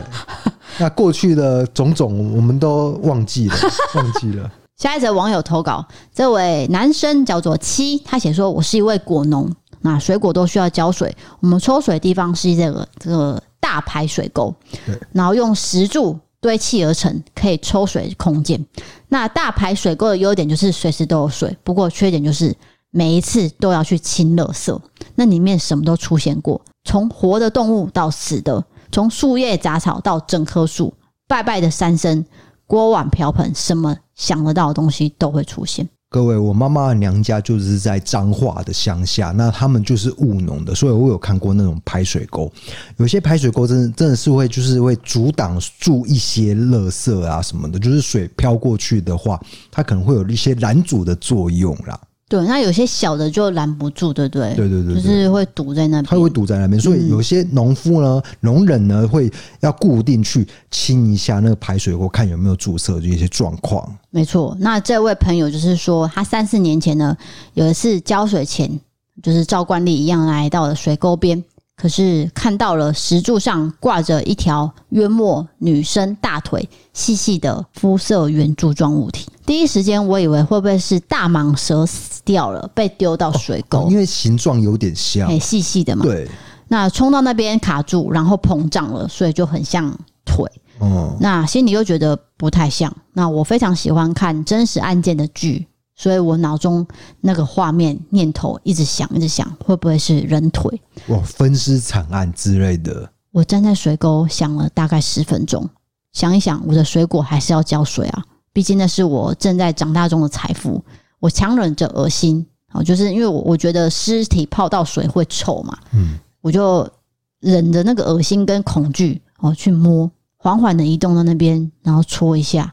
[SPEAKER 2] 那过去的种种我们都忘记了，忘记了。
[SPEAKER 1] 下一则网友投稿，这位男生叫做七，他写说：“我是一位果农，那水果都需要浇水，我们抽水的地方是这个这个大排水沟
[SPEAKER 2] 对，
[SPEAKER 1] 然后用石柱堆砌而成，可以抽水空间。那大排水沟的优点就是随时都有水，不过缺点就是每一次都要去清垃圾，那里面什么都出现过，从活的动物到死的，从树叶杂草到整棵树，拜拜的三牲。”锅碗瓢盆，什么想得到的东西都会出现。
[SPEAKER 2] 各位，我妈妈的娘家就是在彰化的乡下，那他们就是务农的，所以我有看过那种排水沟，有些排水沟真的真的是会就是会阻挡住一些垃圾啊什么的，就是水飘过去的话，它可能会有一些拦阻的作用啦。
[SPEAKER 1] 对，那有些小的就拦不住，对不对？
[SPEAKER 2] 对对对
[SPEAKER 1] 就
[SPEAKER 2] 对
[SPEAKER 1] 是会堵在那
[SPEAKER 2] 它会
[SPEAKER 1] 边。
[SPEAKER 2] 堵在那边，所以有些农夫呢、农人呢会要固定去清一下那个排水沟，看有没有注射这些状况。
[SPEAKER 1] 没错。那这位朋友就是说，他三四年前呢，有一次浇水前，就是照惯例一样来到了水沟边，可是看到了石柱上挂着一条约莫女生大腿细细的肤色圆柱状物体。第一时间我以为会不会是大蟒蛇死掉了，被丢到水沟，
[SPEAKER 2] 哦因为形状有点像
[SPEAKER 1] 哎、，细细的嘛。
[SPEAKER 2] 对，
[SPEAKER 1] 那冲到那边卡住，然后膨胀了，所以就很像腿。
[SPEAKER 2] 嗯，
[SPEAKER 1] 那心里又觉得不太像。那我非常喜欢看真实案件的剧，所以我脑中那个画面念头一直想，一直想，会不会是人腿？
[SPEAKER 2] 哇，分尸惨案之类的。
[SPEAKER 1] 我站在水沟想了大概十分钟，想一想，我的水果还是要浇水啊，毕竟那是我正在长大中的财富。我强忍着恶心，哦，就是因为我我觉得尸体泡到水会臭嘛，
[SPEAKER 2] 嗯，
[SPEAKER 1] 我就忍着那个恶心跟恐惧，哦，去摸，缓缓的移动到那边，然后搓一下，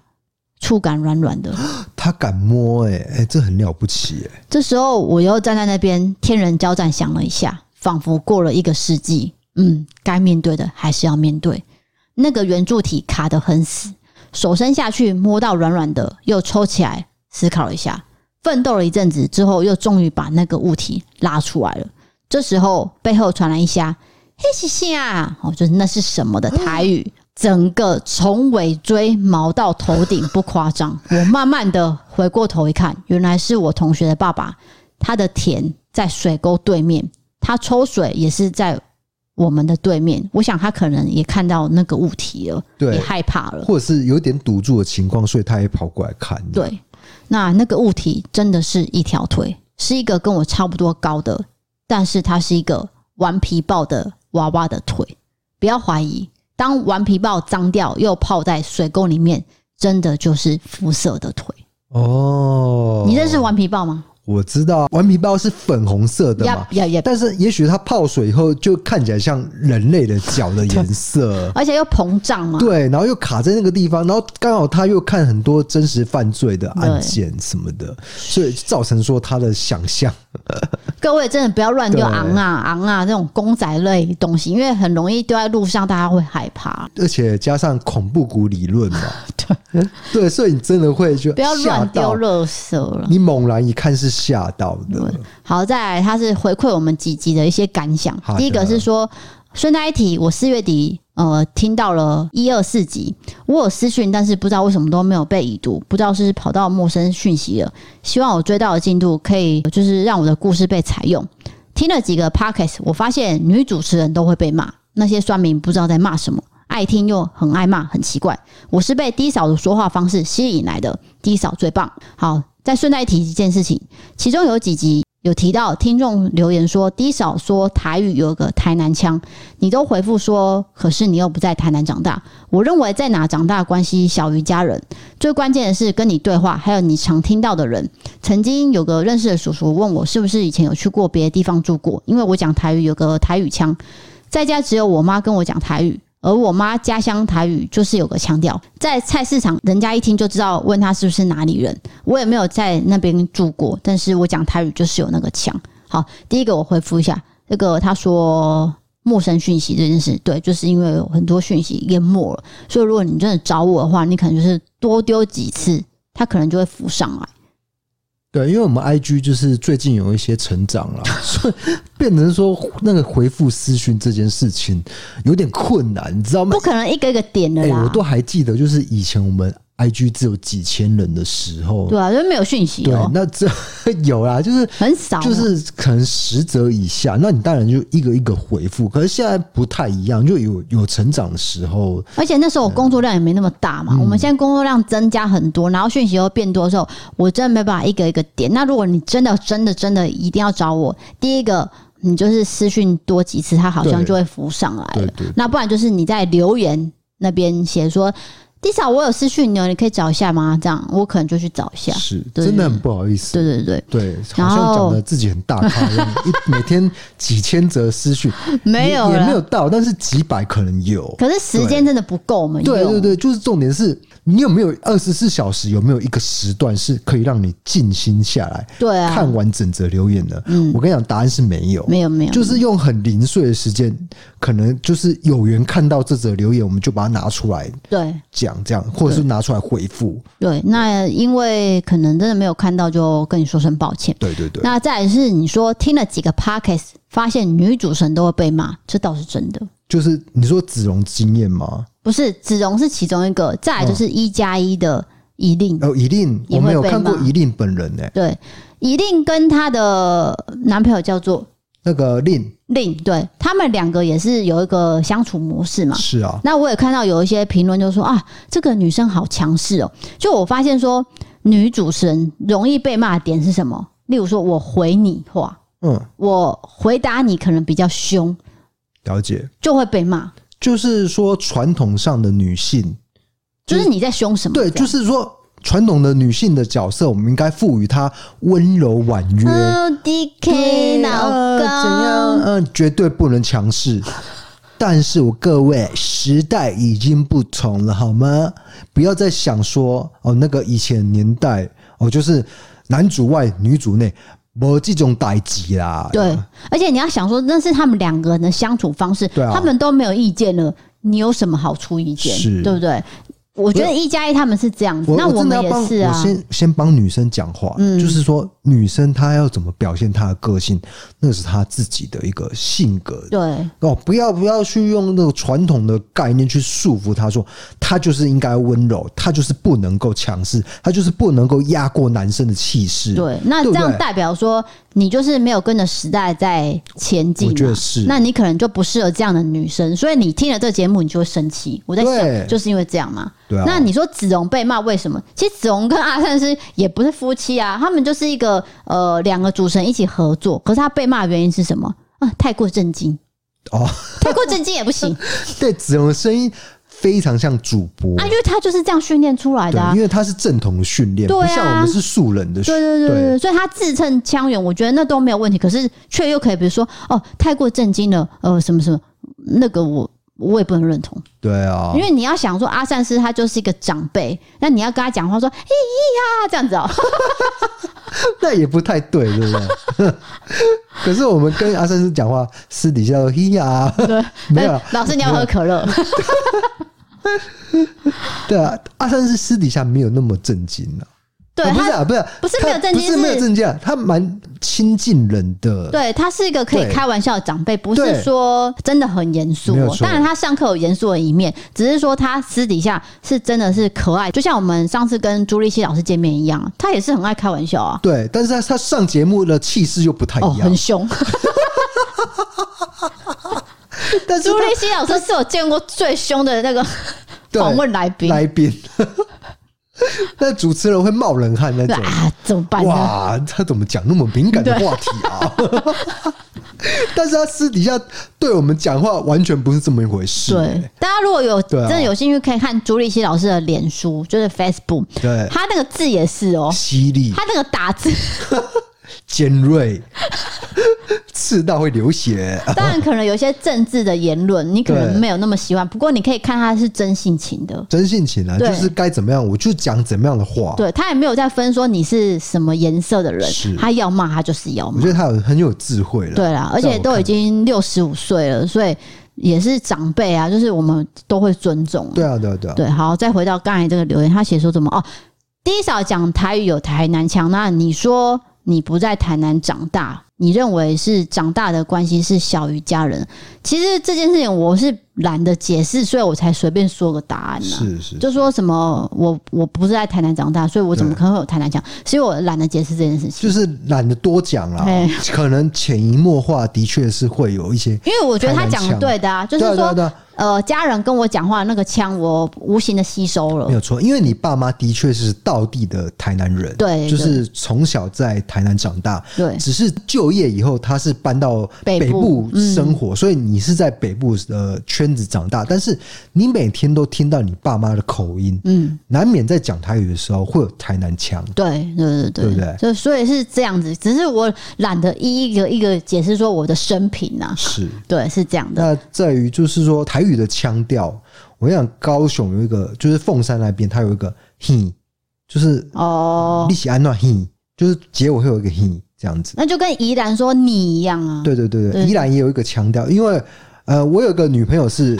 [SPEAKER 1] 触感软软的。
[SPEAKER 2] 他敢摸、欸，哎、这很了不起、欸，
[SPEAKER 1] 这时候我又站在那边，天人交战，想了一下，仿佛过了一个世纪。嗯，该面对的还是要面对。那个圆柱体卡得很死，手伸下去摸到软软的，又抽起来，思考了一下，奋斗了一阵子之后，又终于把那个物体拉出来了。这时候背后传来一下“嘿西西啊”，哦，就是那是什么的台语。整个从尾椎毛到头顶不夸张，我慢慢的回过头一看，原来是我同学的爸爸，他的田在水沟对面，他抽水也是在我们的对面。我想他可能也看到那个物体了，
[SPEAKER 2] 对
[SPEAKER 1] 也害怕了。
[SPEAKER 2] 或者是有点堵住的情况，所以他也跑过来看。，
[SPEAKER 1] 对，那那个物体真的是一条腿，是一个跟我差不多高的，但是它是一个顽皮豹的娃娃的腿。不要怀疑，当顽皮豹脏掉又泡在水沟里面，真的就是肤色的腿。
[SPEAKER 2] 哦，
[SPEAKER 1] 你认识顽皮豹吗？
[SPEAKER 2] 我知道顽皮豹是粉红色的嘛，
[SPEAKER 1] 也也，。
[SPEAKER 2] 但是也许它泡水以后就看起来像人类的脚的颜色
[SPEAKER 1] 而且又膨胀嘛。
[SPEAKER 2] 对，然后又卡在那个地方，然后刚好他又看很多真实犯罪的案件什么的，所以造成说他的想象
[SPEAKER 1] 各位真的不要乱丢
[SPEAKER 2] 对
[SPEAKER 1] 昂啊昂啊这种公仔类东西，因为很容易丢在路上，大家会害怕。
[SPEAKER 2] 而且加上恐怖谷理 论嘛，对对，所以你真的会就
[SPEAKER 1] 不要
[SPEAKER 2] 吓
[SPEAKER 1] 乱
[SPEAKER 2] 到
[SPEAKER 1] 丢，垃圾了。
[SPEAKER 2] 你猛然一看是吓到的，
[SPEAKER 1] 好，再来，他是回馈我们几集的一些感想
[SPEAKER 2] 好。的
[SPEAKER 1] 第一个是说，顺带一提，我四月底呃听到了一二四集，我有私讯，但是不知道为什么都没有被已读，不知道是跑到陌生讯息了。希望我追到的进度可以，呃就是让我的故事被采用。听了几个 podcast，我发现女主持人都会被骂，那些酸民不知道在骂什么，爱听又很爱骂，很奇怪。我是被低嫂的说话方式吸引来的，低嫂最棒。好，再顺带提一件事情，其中有几集有提到听众留言说，低嫂说台语有个台南腔，你都回复说，可是你又不在台南长大。我认为在哪长大关系小于家人，最关键的是跟你对话，还有你常听到的人。曾经有个认识的叔叔问我，是不是以前有去过别的地方住过，因为我讲台语有个台语腔，在家只有我妈跟我讲台语。而我妈家乡台语就是有个腔调，在菜市场人家一听就知道，问她是不是哪里人。我也没有在那边住过，但是我讲台语就是有那个腔。好，第一个我回复一下，那个他说陌生讯息这件事，对，就是因为有很多讯息淹没了，所以如果你真的找我的话，你可能就是多丢几次，它可能就会浮上来。
[SPEAKER 2] 对，因为我们 IG 就是最近有一些成长 了，所以变成说那个回复私讯这件事情有点困难，你知道吗
[SPEAKER 1] 不？可能一个一个点的
[SPEAKER 2] 哎、
[SPEAKER 1] 啦，
[SPEAKER 2] 我都还记得，就是以前我们 IG 只有几千人的时候，
[SPEAKER 1] 对啊，就没有讯息
[SPEAKER 2] 对，
[SPEAKER 1] 哦、
[SPEAKER 2] 那这 有啦，就是
[SPEAKER 1] 很少啊，
[SPEAKER 2] 就是可能十则以下，那你当然就一个一个回复。可是现在不太一样，就有有成长的时候，
[SPEAKER 1] 而且那时候
[SPEAKER 2] 嗯
[SPEAKER 1] 我工作量也没那么大嘛，我们现在工作量增加很多，然后讯息又变多的时候，我真的没办法一个一个点。那如果你真的真的真的一定要找我，第一个你就是私讯多几次，它好像
[SPEAKER 2] 对
[SPEAKER 1] 就会浮上来
[SPEAKER 2] 对
[SPEAKER 1] 了。
[SPEAKER 2] 对
[SPEAKER 1] 那不然就是你在留言那边写说。d 嫂，我有私讯你哦，你可以找一下吗？这样我可能就去找一下。
[SPEAKER 2] 是
[SPEAKER 1] 对
[SPEAKER 2] 真的很不好意思。
[SPEAKER 1] 对对对，
[SPEAKER 2] 对，
[SPEAKER 1] 然
[SPEAKER 2] 好像
[SPEAKER 1] 后
[SPEAKER 2] 讲的自己很大咖一样，一每天几千则私讯，
[SPEAKER 1] 没有
[SPEAKER 2] 也也没有
[SPEAKER 1] 了。
[SPEAKER 2] 到，但是几百可能有。
[SPEAKER 1] 可是时间真的不够我们用。
[SPEAKER 2] 对对对，就是重点是你有没有二十四小时，有没有一个时段是可以让你静心下来、
[SPEAKER 1] 对啊，嗯
[SPEAKER 2] 看完整则留言的？我跟你讲，答案是没有，
[SPEAKER 1] 没有没有，
[SPEAKER 2] 就是用很零碎的时间，可能就是有缘看到这则留言，我们就把它拿出来
[SPEAKER 1] 对。
[SPEAKER 2] 讲，这样或者是拿出来回复。
[SPEAKER 1] 对，那因为可能真的没有看到，就跟你说声抱歉。
[SPEAKER 2] 对对对，
[SPEAKER 1] 那再来是你说听了几个 podcast，发现女主持人都会被骂，这倒是真的。
[SPEAKER 2] 就是你说子荣经验吗？
[SPEAKER 1] 不是子荣是其中一个，再来就是一加一的一令，
[SPEAKER 2] 哦，一令，
[SPEAKER 1] 也
[SPEAKER 2] 我
[SPEAKER 1] 会
[SPEAKER 2] 没有
[SPEAKER 1] 被
[SPEAKER 2] 看过
[SPEAKER 1] 骂
[SPEAKER 2] 一令本人呢、
[SPEAKER 1] 对，一令跟她的男朋友叫做
[SPEAKER 2] 那个令
[SPEAKER 1] 令，对他们两个也是有一个相处模式嘛。
[SPEAKER 2] 是啊，
[SPEAKER 1] 那我也看到有一些评论就说啊，这个女生好强势哦。就我发现说，女主持人容易被骂的点是什么？例如说我回你话，
[SPEAKER 2] 嗯，
[SPEAKER 1] 我回答你可能比较凶，
[SPEAKER 2] 了解。
[SPEAKER 1] 就会被骂。
[SPEAKER 2] 就是说，传统上的女性，
[SPEAKER 1] 就是你在凶什么？
[SPEAKER 2] 对，
[SPEAKER 1] 这样
[SPEAKER 2] 就是说，传统的女性的角色，我们应该赋予她温柔婉约。
[SPEAKER 1] 嗯，DK
[SPEAKER 2] 对
[SPEAKER 1] 老
[SPEAKER 2] 呃怎
[SPEAKER 1] 公，
[SPEAKER 2] 样？嗯、绝对不能 强势。但是我各位，时代已经不同了，好吗？不要再想说哦，那个以前年代哦，就是男主外女主内，没这种代际啦。
[SPEAKER 1] 对，而且你要想说，那是他们两个人的相处方式，
[SPEAKER 2] 对啊
[SPEAKER 1] 他们都没有意见了，你有什么好出意见？
[SPEAKER 2] 是
[SPEAKER 1] 对不对？我觉得一加一他们是这样子，
[SPEAKER 2] 我
[SPEAKER 1] 那
[SPEAKER 2] 我真的
[SPEAKER 1] 们
[SPEAKER 2] 要帮
[SPEAKER 1] 也是啊嗯
[SPEAKER 2] 我。先先帮女生讲话，就是说女生她要怎么表现她的个性，那是她自己的一个性格。
[SPEAKER 1] 对，
[SPEAKER 2] 哦，不要不要去用那个传统的概念去束缚她，说她就是应该温柔，她就是不能够强势，她就是不能够压过男生的气势。
[SPEAKER 1] 对，那这
[SPEAKER 2] 对不
[SPEAKER 1] 样
[SPEAKER 2] 对
[SPEAKER 1] 代表说你就是没有跟着时代在前进嘛，啊
[SPEAKER 2] 我觉得是
[SPEAKER 1] 那你可能就不适合这样的女生，所以你听了这节目你就会生气。我在
[SPEAKER 2] 对
[SPEAKER 1] 想，就是因为这样嘛。
[SPEAKER 2] 对啊
[SPEAKER 1] 那你说子荣被骂为什么？其实子荣跟阿善是也不是夫妻啊，他们就是一个呃两个主持人一起合作，可是他被骂的原因是什么？啊，太过震惊，
[SPEAKER 2] 哦，
[SPEAKER 1] 太过震惊也不行
[SPEAKER 2] 对，子荣的声音非常像主播。
[SPEAKER 1] 啊，因为他就是这样训练出来的、
[SPEAKER 2] 对，
[SPEAKER 1] 啊
[SPEAKER 2] 因。为他是正统的训练，
[SPEAKER 1] 对
[SPEAKER 2] 不
[SPEAKER 1] 啊
[SPEAKER 2] 像我们是素人的训。
[SPEAKER 1] 对对对对，对所以他自称腔圆，我觉得那都没有问题。可是却又可以，比如说哦，太过震惊了，呃，什么什么，那个我我也不能认同，
[SPEAKER 2] 对啊
[SPEAKER 1] 因！为你要想说阿善师他就是一个长辈，那你要跟他讲话说，咦咦呀这样子哦，
[SPEAKER 2] 那也不太对，对不对？ 可是我们跟阿三师讲话，私底下都 嘿呀，没有啊，
[SPEAKER 1] 老师你要喝可乐，
[SPEAKER 2] 对啊，阿三师私底下没有那么正经啊。
[SPEAKER 1] 对
[SPEAKER 2] 啊不是
[SPEAKER 1] 他
[SPEAKER 2] 啊，不是，
[SPEAKER 1] 不是
[SPEAKER 2] 他
[SPEAKER 1] 没有正经
[SPEAKER 2] 不是没有
[SPEAKER 1] 是
[SPEAKER 2] 正经啊，他蛮亲近人的。
[SPEAKER 1] 对他是一个可以
[SPEAKER 2] 对
[SPEAKER 1] 开玩笑的长辈，不
[SPEAKER 2] 对
[SPEAKER 1] 是说真的很严肃
[SPEAKER 2] 没有
[SPEAKER 1] 哦。
[SPEAKER 2] 错
[SPEAKER 1] 当然他上课有严肃的一面，只是说他私底下是真的是可爱，就像我们上次跟朱丽希老师见面一样，他也是很爱开玩笑啊。
[SPEAKER 2] 对，但是他他上节目的气势又不太
[SPEAKER 1] 哦，
[SPEAKER 2] 一样
[SPEAKER 1] 很。凶。
[SPEAKER 2] 但是
[SPEAKER 1] 朱
[SPEAKER 2] 他
[SPEAKER 1] 立新老师是我见过最凶的那个
[SPEAKER 2] 对
[SPEAKER 1] 访问来宾，
[SPEAKER 2] 来宾， 那主持人会冒冷汗那
[SPEAKER 1] 对
[SPEAKER 2] 种。
[SPEAKER 1] 啊，怎么办呢？
[SPEAKER 2] 哇，他怎么讲那么敏感的话题啊？ 但是他私底下对我们讲话完全不是这么一回事、
[SPEAKER 1] 对，大家如果有
[SPEAKER 2] 对啊
[SPEAKER 1] 真的有兴趣，可以看朱立新老师的脸书，就是 Facebook，
[SPEAKER 2] 对啊
[SPEAKER 1] 他那个字也是哦、
[SPEAKER 2] 犀利、
[SPEAKER 1] 他那个打字，
[SPEAKER 2] 尖锐， 刺到会流血。啊
[SPEAKER 1] 当然可能有一些政治的言论，你可
[SPEAKER 2] 对
[SPEAKER 1] 能没有那么喜欢，不过你可以看他是真性情的，
[SPEAKER 2] 真性情啊，
[SPEAKER 1] 对
[SPEAKER 2] 就是该怎么样，我就讲怎么样的话。
[SPEAKER 1] 对他也没有在分说你是什么颜色的人
[SPEAKER 2] 是，
[SPEAKER 1] 他要骂他就是要
[SPEAKER 2] 我
[SPEAKER 1] 骂
[SPEAKER 2] 觉，得他有很有智慧了。
[SPEAKER 1] 对啦，而
[SPEAKER 2] 在我
[SPEAKER 1] 且都
[SPEAKER 2] 看
[SPEAKER 1] 已经六十五岁了，所以也是长辈啊，就是我们都会尊重啊、
[SPEAKER 2] 对啊，对啊，对啊，
[SPEAKER 1] 对，好，再回到刚才这个留言，他写说什么？哦，第一少讲台语有台南腔，那你说你不在台南长大，你认为是长大的关系是小于家人？其实这件事情我是懒得解释，所以我才随便说个答案呢、啊
[SPEAKER 2] 是是，
[SPEAKER 1] 就说什么我我不是在台南长大，所以我怎么
[SPEAKER 2] 对
[SPEAKER 1] 可能会有台南腔？所以我懒得解释这件事情，
[SPEAKER 2] 就是懒得多讲啦
[SPEAKER 1] 哎。
[SPEAKER 2] 可能潜移默化的确是会有一些，
[SPEAKER 1] 因为我觉得他讲
[SPEAKER 2] 台
[SPEAKER 1] 的
[SPEAKER 2] 南腔
[SPEAKER 1] 对的啊， 就
[SPEAKER 2] 对
[SPEAKER 1] 是
[SPEAKER 2] 啊，对啊，
[SPEAKER 1] 说
[SPEAKER 2] 对啊，
[SPEAKER 1] 呃家人跟我讲话那个腔，我无形的吸收了
[SPEAKER 2] 没。有错，因为你爸妈的确是道地的台南人，
[SPEAKER 1] 对
[SPEAKER 2] 就是从小在台南长大，
[SPEAKER 1] 对
[SPEAKER 2] 只是就业以后他是搬到
[SPEAKER 1] 北
[SPEAKER 2] 北部
[SPEAKER 1] 部嗯
[SPEAKER 2] 生活，所以你是在北部的圈子长大，但是你每天都听到你爸妈的口音，
[SPEAKER 1] 嗯，
[SPEAKER 2] 难免在讲台语的时候会有台南腔。
[SPEAKER 1] 对对对对，
[SPEAKER 2] 对不对
[SPEAKER 1] 就所以是这样子，只是我懒得一一个一个解释说我的生平呐、啊，
[SPEAKER 2] 是，
[SPEAKER 1] 对，是这样的，
[SPEAKER 2] 那在于就是说台语的腔调，我想高雄有一个，就是凤山那边，它有一个“嘿”，就是
[SPEAKER 1] 哦
[SPEAKER 2] 利，息安那“嘿”，就是结尾会有一个“嘿”这样子。
[SPEAKER 1] 那就跟怡然说你一样啊，
[SPEAKER 2] 对对对对，
[SPEAKER 1] 对
[SPEAKER 2] 依然也有一个腔调，因为呃，我有个女朋友 是，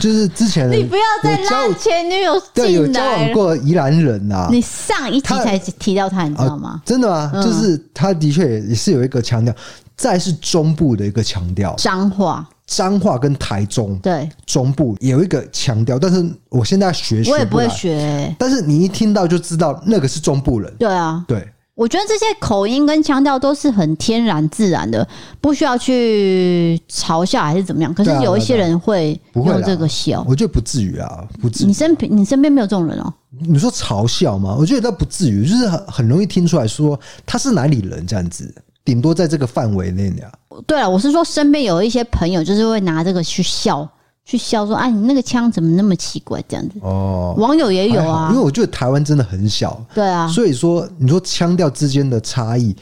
[SPEAKER 2] 就是之前
[SPEAKER 1] 你不要再拉
[SPEAKER 2] 有交
[SPEAKER 1] 前女友
[SPEAKER 2] 对有
[SPEAKER 1] 进
[SPEAKER 2] 交
[SPEAKER 1] 来
[SPEAKER 2] 往
[SPEAKER 1] 了，
[SPEAKER 2] 过啊宜兰人呐、
[SPEAKER 1] 你上一集
[SPEAKER 2] 他
[SPEAKER 1] 才提到他，你知道吗？
[SPEAKER 2] 真的吗？
[SPEAKER 1] 嗯
[SPEAKER 2] 就是他的确也是有一个腔调，再是中部的一个腔调，
[SPEAKER 1] 脏话，
[SPEAKER 2] 彰化跟台中
[SPEAKER 1] 对
[SPEAKER 2] 中部也有一个腔调，但是我现在学
[SPEAKER 1] 我也
[SPEAKER 2] 学
[SPEAKER 1] 不
[SPEAKER 2] 不
[SPEAKER 1] 会
[SPEAKER 2] 来，
[SPEAKER 1] 学、
[SPEAKER 2] 但是你一听到就知道那个是中部人，
[SPEAKER 1] 对啊，
[SPEAKER 2] 对
[SPEAKER 1] 我觉得这些口音跟腔调都是很天然自然的，不需要去嘲笑还是怎么样。可是
[SPEAKER 2] 对啊
[SPEAKER 1] 有一些
[SPEAKER 2] 对啊
[SPEAKER 1] 人会
[SPEAKER 2] 不会啦
[SPEAKER 1] 用这个笑，
[SPEAKER 2] 我觉得不至于啊，不至于
[SPEAKER 1] 你。身边你身边没有这种人哦、
[SPEAKER 2] 你说嘲笑吗？我觉得倒不至于，就是很很容易听出来说他是哪里人这样子，顶多在这个范围内啊。
[SPEAKER 1] 对了，我是说身边有一些朋友就是会拿这个去笑，去笑说：“哎，你那个枪怎么那么奇怪？”这样子，
[SPEAKER 2] 哦，
[SPEAKER 1] 网友也有
[SPEAKER 2] 还好
[SPEAKER 1] 啊
[SPEAKER 2] 因为，我觉得台湾真的很小，
[SPEAKER 1] 对啊，
[SPEAKER 2] 所以说你说腔调之间的差异，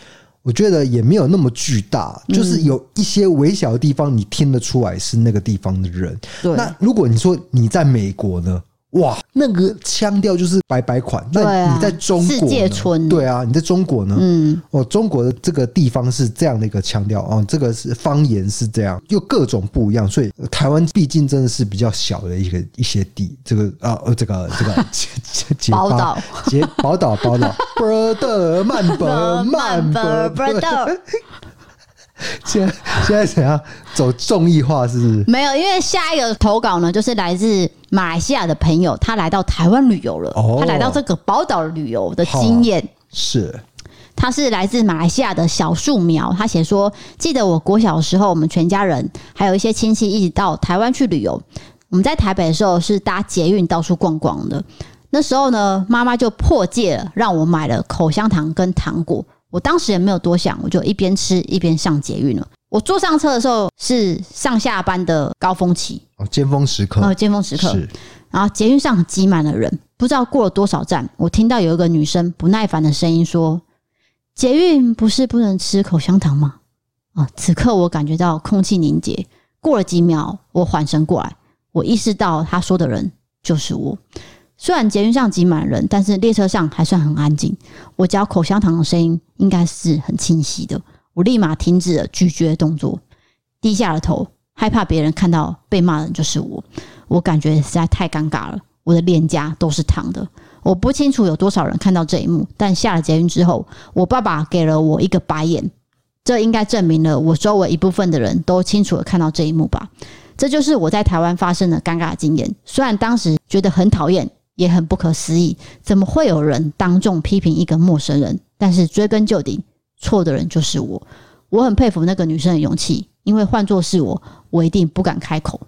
[SPEAKER 2] 我觉得也没有那么巨大，就是
[SPEAKER 1] 嗯
[SPEAKER 2] 有一些微小的地方你听得出来是那个地方的人。
[SPEAKER 1] 对
[SPEAKER 2] 那如果你说你在美国呢？哇，那个腔调就是白白款。那
[SPEAKER 1] 对啊
[SPEAKER 2] 你在中国呢
[SPEAKER 1] 世界村
[SPEAKER 2] 对啊，你在中国呢？
[SPEAKER 1] 嗯，
[SPEAKER 2] 哦，中国的这个地方是这样的一个腔调哦，这个是方言是这样，又各种不一样，所以呃台湾毕竟真的是比较小的一个一些地，这个啊，呃这个 这个结结结
[SPEAKER 1] 宝
[SPEAKER 2] 巴
[SPEAKER 1] 岛
[SPEAKER 2] 结宝岛宝 岛，波德曼伯曼伯
[SPEAKER 1] 不知道
[SPEAKER 2] 现在现在怎样走综艺化是不是？
[SPEAKER 1] 没有，因为下一个投稿呢，就是来自马来西亚的朋友，他来到台湾旅游了，
[SPEAKER 2] 哦
[SPEAKER 1] 他来到这个宝岛旅游的经验。
[SPEAKER 2] 是
[SPEAKER 1] 他是来自马来西亚的小树苗，他写说：记得我国小的时候，我们全家人还有一些亲戚一起到台湾去旅游。我们在台北的时候是搭捷运到处逛逛的。那时候呢，妈妈就破戒了，让我买了口香糖跟糖果。我当时也没有多想，我就一边吃一边上捷运了。我坐上车的时候是上下班的高峰期，
[SPEAKER 2] 哦，尖峰时刻、
[SPEAKER 1] 呃，尖峰时刻。
[SPEAKER 2] 是
[SPEAKER 1] 然后捷运上挤满了人，不知道过了多少站，我听到有一个女生不耐烦的声音说：“捷运不是不能吃口香糖吗？”啊！此刻我感觉到空气凝结。过了几秒，我缓神过来，我意识到她说的人就是我。虽然捷运上挤满人，但是列车上还算很安静。我嚼口香糖的声音应该是很清晰的。我立马停止了咀嚼动作，低下了头，害怕别人看到被骂的人就是我。我感觉实在太尴尬了，我的脸颊都是烫的。我不清楚有多少人看到这一幕，但下了捷运之后，我爸爸给了我一个白眼，这应该证明了我周围一部分的人都清楚的看到这一幕吧。这就是我在台湾发生的尴尬经验，虽然当时觉得很讨厌，也很不可思议，怎么会有人当众批评一个陌生人？但是追根究底，错的人就是我。我很佩服那个女生的勇气，因为换做是我，我一定不敢开口。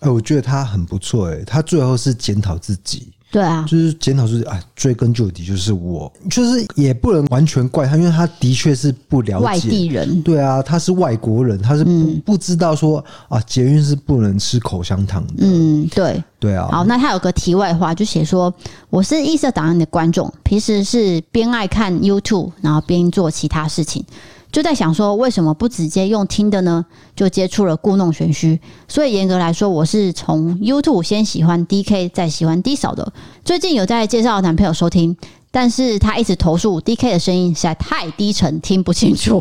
[SPEAKER 2] 哎、我觉得他很不错哎、他最后是检讨自己，
[SPEAKER 1] 对啊，
[SPEAKER 2] 就是检讨自己啊，追根究底就是我，就是也不能完全怪他，因为他的确是不了解
[SPEAKER 1] 外地人，
[SPEAKER 2] 对啊，他是外国人，他是不、
[SPEAKER 1] 嗯
[SPEAKER 2] 不知道说啊，捷运是不能吃口香糖的。
[SPEAKER 1] 嗯，对。
[SPEAKER 2] 对啊，
[SPEAKER 1] 好，那他有个题外话，就写说我是异色档案的观众，平时是边爱看 YouTube，然后边做其他事情，就在想说为什么不直接用听的呢？就接触了故弄玄虚，所以严格来说，我是从 YouTube 先喜欢 DK，再喜欢 D 嫂的。最近有在介绍男朋友收听。但是他一直投诉 D K 的声音实在太低沉，听不清楚。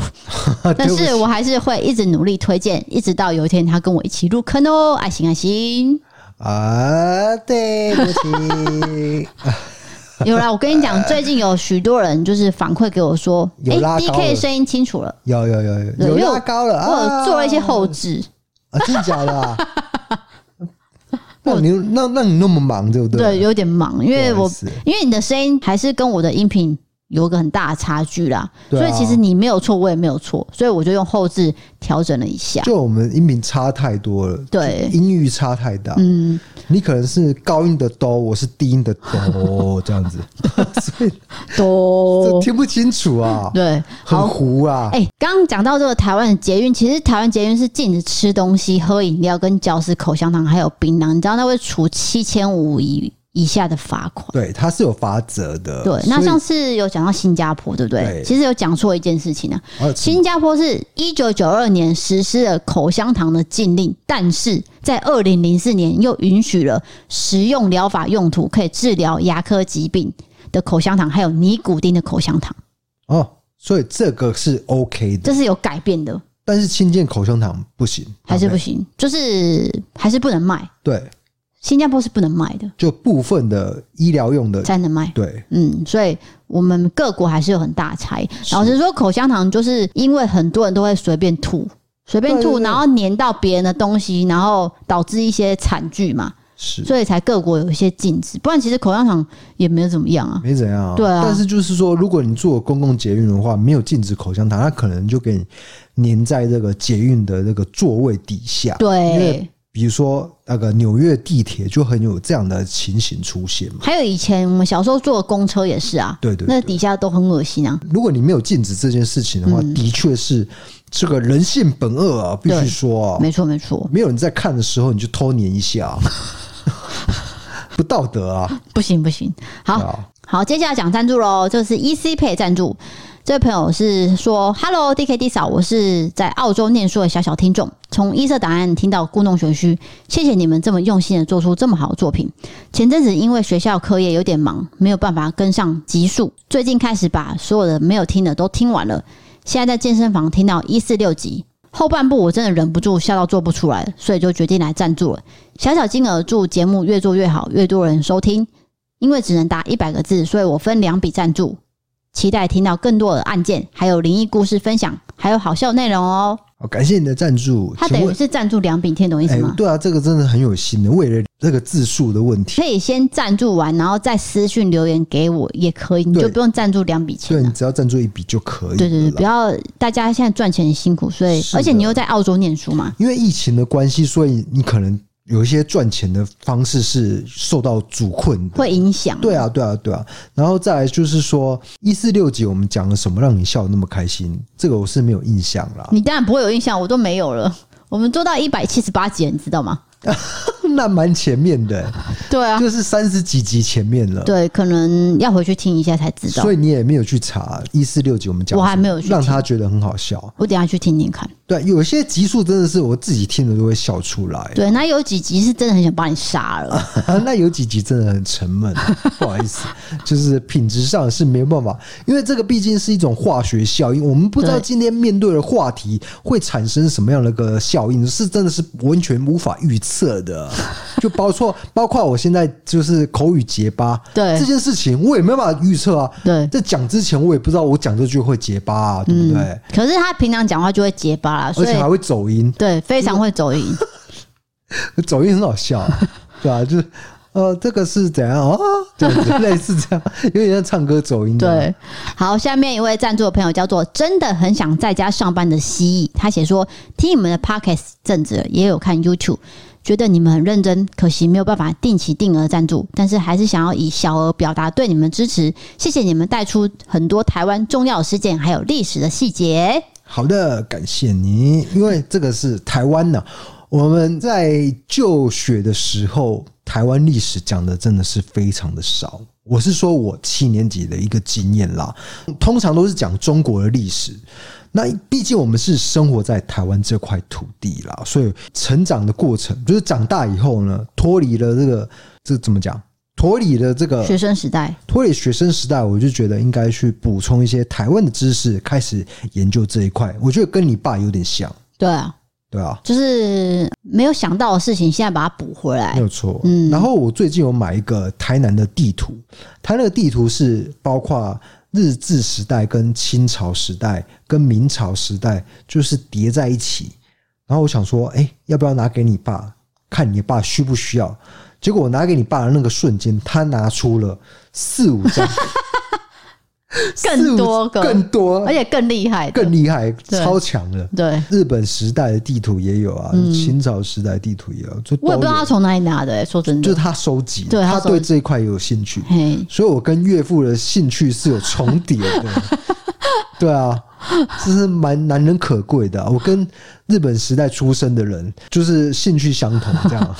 [SPEAKER 1] 但
[SPEAKER 2] 对
[SPEAKER 1] 是
[SPEAKER 2] 不起
[SPEAKER 1] 我还是会一直努力推荐，一直到有一天他跟我一起入坑哦，爱心爱 心。
[SPEAKER 2] 啊，对不起，
[SPEAKER 1] 有啦，我跟你讲，最近有许多人就是反馈给我说，
[SPEAKER 2] 有
[SPEAKER 1] 哎、
[SPEAKER 2] 拉
[SPEAKER 1] d
[SPEAKER 2] 高
[SPEAKER 1] K
[SPEAKER 2] 了
[SPEAKER 1] 声音清楚了，
[SPEAKER 2] 有有有有
[SPEAKER 1] 对
[SPEAKER 2] 有
[SPEAKER 1] 因为我
[SPEAKER 2] 拉高了
[SPEAKER 1] 我
[SPEAKER 2] 啊，
[SPEAKER 1] 有做了一些后置，
[SPEAKER 2] 啊，真的假的啊？ 那你那那你那么忙，对不
[SPEAKER 1] 对，有点忙，因为
[SPEAKER 2] 不好
[SPEAKER 1] 我
[SPEAKER 2] 意思
[SPEAKER 1] 因为你的声音还是跟我的音频有个很大的差距啦，
[SPEAKER 2] 对
[SPEAKER 1] 所
[SPEAKER 2] 啊
[SPEAKER 1] 以其实你没有错，我也没有错，所以我就用后置调整了一下，
[SPEAKER 2] 就我们音频差太多了，
[SPEAKER 1] 对，
[SPEAKER 2] 音域差太大。
[SPEAKER 1] 嗯，
[SPEAKER 2] 你可能是高音的哆，我是低音的哆，这样 子，所以这
[SPEAKER 1] 多
[SPEAKER 2] 听不清楚啊，
[SPEAKER 1] 对，
[SPEAKER 2] 很
[SPEAKER 1] 哦好。
[SPEAKER 2] 糊啊。
[SPEAKER 1] 哎、刚刚讲到这个台湾的捷运，其实台湾捷运是禁止吃东西、喝饮料、跟嚼食口香糖，还有槟榔，你知道那会处七千五以以下的罚款。
[SPEAKER 2] 对，它是有法则的。
[SPEAKER 1] 对，那
[SPEAKER 2] 呃所以
[SPEAKER 1] 上次有讲到新加坡，对不对？
[SPEAKER 2] 对
[SPEAKER 1] 其实有讲错一件事情啊。
[SPEAKER 2] 啊是
[SPEAKER 1] 新加坡是一九九二年实施了口香糖的禁令，但是在二零零四年又允许了食用疗法用途可以治疗牙科疾病的口香糖，还有尼古丁的口香糖，
[SPEAKER 2] 哦，所以这个是 OK 的，
[SPEAKER 1] 这是有改变的，
[SPEAKER 2] 但是清健口香糖不行，
[SPEAKER 1] 还是
[SPEAKER 2] 对
[SPEAKER 1] 不行，就是还是不能卖。
[SPEAKER 2] 对？对，
[SPEAKER 1] 新加坡是不能卖的，
[SPEAKER 2] 就部分的医疗用的，
[SPEAKER 1] 才能卖。
[SPEAKER 2] 对，
[SPEAKER 1] 嗯，所以我们各国还是有很大差异。老实说，口香糖就是因为很多人都会随便吐，随便
[SPEAKER 2] 对
[SPEAKER 1] 吐，
[SPEAKER 2] 对对
[SPEAKER 1] 然后粘到别人的东西，然后导致一些惨剧嘛，
[SPEAKER 2] 是
[SPEAKER 1] 所以才各国有一些禁止。不然其实口香糖也没有怎么样啊。
[SPEAKER 2] 没怎样、啊。
[SPEAKER 1] 对啊
[SPEAKER 2] 但是就是说，如果你做公共捷运的话，没有禁止口香糖，它可能就给你粘在这个捷运的那个座位底下。因为
[SPEAKER 1] 对，
[SPEAKER 2] 比如说那个纽约地铁就很有这样的情形出现嘛。
[SPEAKER 1] 还有以前我们小时候坐的公车也是啊，
[SPEAKER 2] 对对
[SPEAKER 1] 那
[SPEAKER 2] 对
[SPEAKER 1] 底下都很恶心啊。
[SPEAKER 2] 如果你没有禁止这件事情的话，的确是这个人性本恶啊，必
[SPEAKER 1] 嗯对
[SPEAKER 2] 须说啊，
[SPEAKER 1] 没错没错，
[SPEAKER 2] 没有人在看的时候，你就偷粘一下、啊 不道德啊！
[SPEAKER 1] 不行不行，好
[SPEAKER 2] 对。啊
[SPEAKER 1] 好，接下来讲赞助喽，这是 EC E Pay 赞助。这位朋友是说：“Hello D K D 嫂，我是在澳洲念书的小小听众，从一色档案听到故弄玄虚，谢谢你们这么用心的做出这么好的作品。前阵子因为学校课业有点忙，没有办法跟上集数，最近开始把所有的没有听的都听完了。现在在健身房听到一四六集，后半部我真的忍不住笑到做不出来了，所以就决定来赞助了。小小金额，祝节目越做越好，越多人收听。因为只能打一百个字，所以我分两笔赞助，期待听到更多的案件，还有灵异故事分享，还有好笑内容哦。
[SPEAKER 2] 好，感谢你的赞助。
[SPEAKER 1] 他
[SPEAKER 2] 请
[SPEAKER 1] 等于
[SPEAKER 2] 问，
[SPEAKER 1] 是赞助两笔，你听懂意思
[SPEAKER 2] 哎、
[SPEAKER 1] 吗？
[SPEAKER 2] 对啊，这个真的很有心的，为了这个字数的问题，
[SPEAKER 1] 可以先赞助完，然后再私讯留言给我也可以，你就
[SPEAKER 2] 对
[SPEAKER 1] 不用赞助两笔
[SPEAKER 2] 所
[SPEAKER 1] 钱
[SPEAKER 2] 以你
[SPEAKER 1] 了。
[SPEAKER 2] 只要赞助一笔就可以
[SPEAKER 1] 对对对，
[SPEAKER 2] 了
[SPEAKER 1] 不
[SPEAKER 2] 啦。
[SPEAKER 1] 要大家现在赚钱很辛苦，所以
[SPEAKER 2] 是的
[SPEAKER 1] 而且你又在澳洲念书嘛，
[SPEAKER 2] 因为疫情的关系，所以你可能有一些赚钱的方式是受到阻困的。
[SPEAKER 1] 会影响。
[SPEAKER 2] 对啊，对啊，对啊。然后再来就是说，一四六集我们讲了什么让你笑得那么开心？这个我是没有印象啦。
[SPEAKER 1] 你当然不会有印象，我都没有了。我们做到一百七十八集了，你知道吗？
[SPEAKER 2] 那蛮前面的、欸
[SPEAKER 1] 对啊，
[SPEAKER 2] 就是三十几集前面了。
[SPEAKER 1] 对，可能要回去听一下才知道
[SPEAKER 2] 所。以你也没有去查一四六集我们讲什么，
[SPEAKER 1] 我还没有去
[SPEAKER 2] 让
[SPEAKER 1] 听
[SPEAKER 2] 他觉得很好笑。
[SPEAKER 1] 我等一下去听听看。
[SPEAKER 2] 对，有些集数真的是我自己听了都会笑出来。
[SPEAKER 1] 对，那有几集是真的很想把你杀了，
[SPEAKER 2] 啊那有几集真的很沉闷， 不好意思，就是品质上是没有办法，因为这个毕竟是一种化学效应，我们不知道
[SPEAKER 1] 对
[SPEAKER 2] 今天面对的话题会产生什么样的一个效应，是真的是完全无法预测 的。就包括包括我现在就是口语结巴，
[SPEAKER 1] 对
[SPEAKER 2] 这件事情我也没办法预测啊。
[SPEAKER 1] 对嗯
[SPEAKER 2] 在讲之前我也不知道我讲这句会结巴、啊，对不对？
[SPEAKER 1] 可是他平常讲话就会结巴啦，
[SPEAKER 2] 而
[SPEAKER 1] 所以
[SPEAKER 2] 且还会走音，
[SPEAKER 1] 对非常会走音。
[SPEAKER 2] 走音很好笑、对吧、就是呃，这个是怎样啊？对，类似这样，有点像唱歌走音。，
[SPEAKER 1] 对，好，下面一位赞助的朋友叫做真的很想在家上班的蜥蜴，他写说听你们的 podcast 阵子了，也有看 YouTube，觉得你们很认真，可惜没有办法定期定额赞助，但是还是想要以小额表达对你们支持，谢谢你们带出很多台湾重要的事件还有历史的细节。
[SPEAKER 2] 好的，感谢你，因为这个是台湾呢、我们在就学的时候，台湾历史讲的真的是非常的少。我是说我七年级的一个经验啦，通常都是讲中国的历史。那毕竟我们是生活在台湾这块土地啦，所以成长的过程就是长大以后呢，脱离了这个这怎么讲？脱离了这个
[SPEAKER 1] 学生时代，
[SPEAKER 2] 脱离学生时代，我就觉得应该去补充一些台湾的知识，开始研究这一块。我觉得跟你爸有点像，
[SPEAKER 1] 对啊，
[SPEAKER 2] 对啊，
[SPEAKER 1] 就是没有想到的事情，现在把它补回来
[SPEAKER 2] 没。有错。
[SPEAKER 1] 嗯，
[SPEAKER 2] 然后我最近有买一个台南的地图，它那个地图是包括日治时代、跟清朝时代、跟明朝时代，就是叠在一起。然后我想说，哎、要不要拿给你爸看？你爸需不需要？结果我拿给你爸的那个瞬间，他拿出了四五张
[SPEAKER 1] 更多个哎
[SPEAKER 2] 四五更多，
[SPEAKER 1] 而且更厉害的，
[SPEAKER 2] 更厉害，
[SPEAKER 1] 对
[SPEAKER 2] 超强的。
[SPEAKER 1] 对，
[SPEAKER 2] 日本时代的地图也有啊，清朝时代地图也有，就都
[SPEAKER 1] 嗯我也不知道他
[SPEAKER 2] 有
[SPEAKER 1] 从哪里拿的、欸，说真
[SPEAKER 2] 就是
[SPEAKER 1] 的，
[SPEAKER 2] 他收集，
[SPEAKER 1] 对他
[SPEAKER 2] 他
[SPEAKER 1] 收集
[SPEAKER 2] 对这一块也有兴趣，
[SPEAKER 1] 嘿，
[SPEAKER 2] 所以我跟岳父的兴趣是有重 叠的。对啊，这是蛮难能可贵的啊、我跟日本时代出生的人，就是兴趣相同，这 样。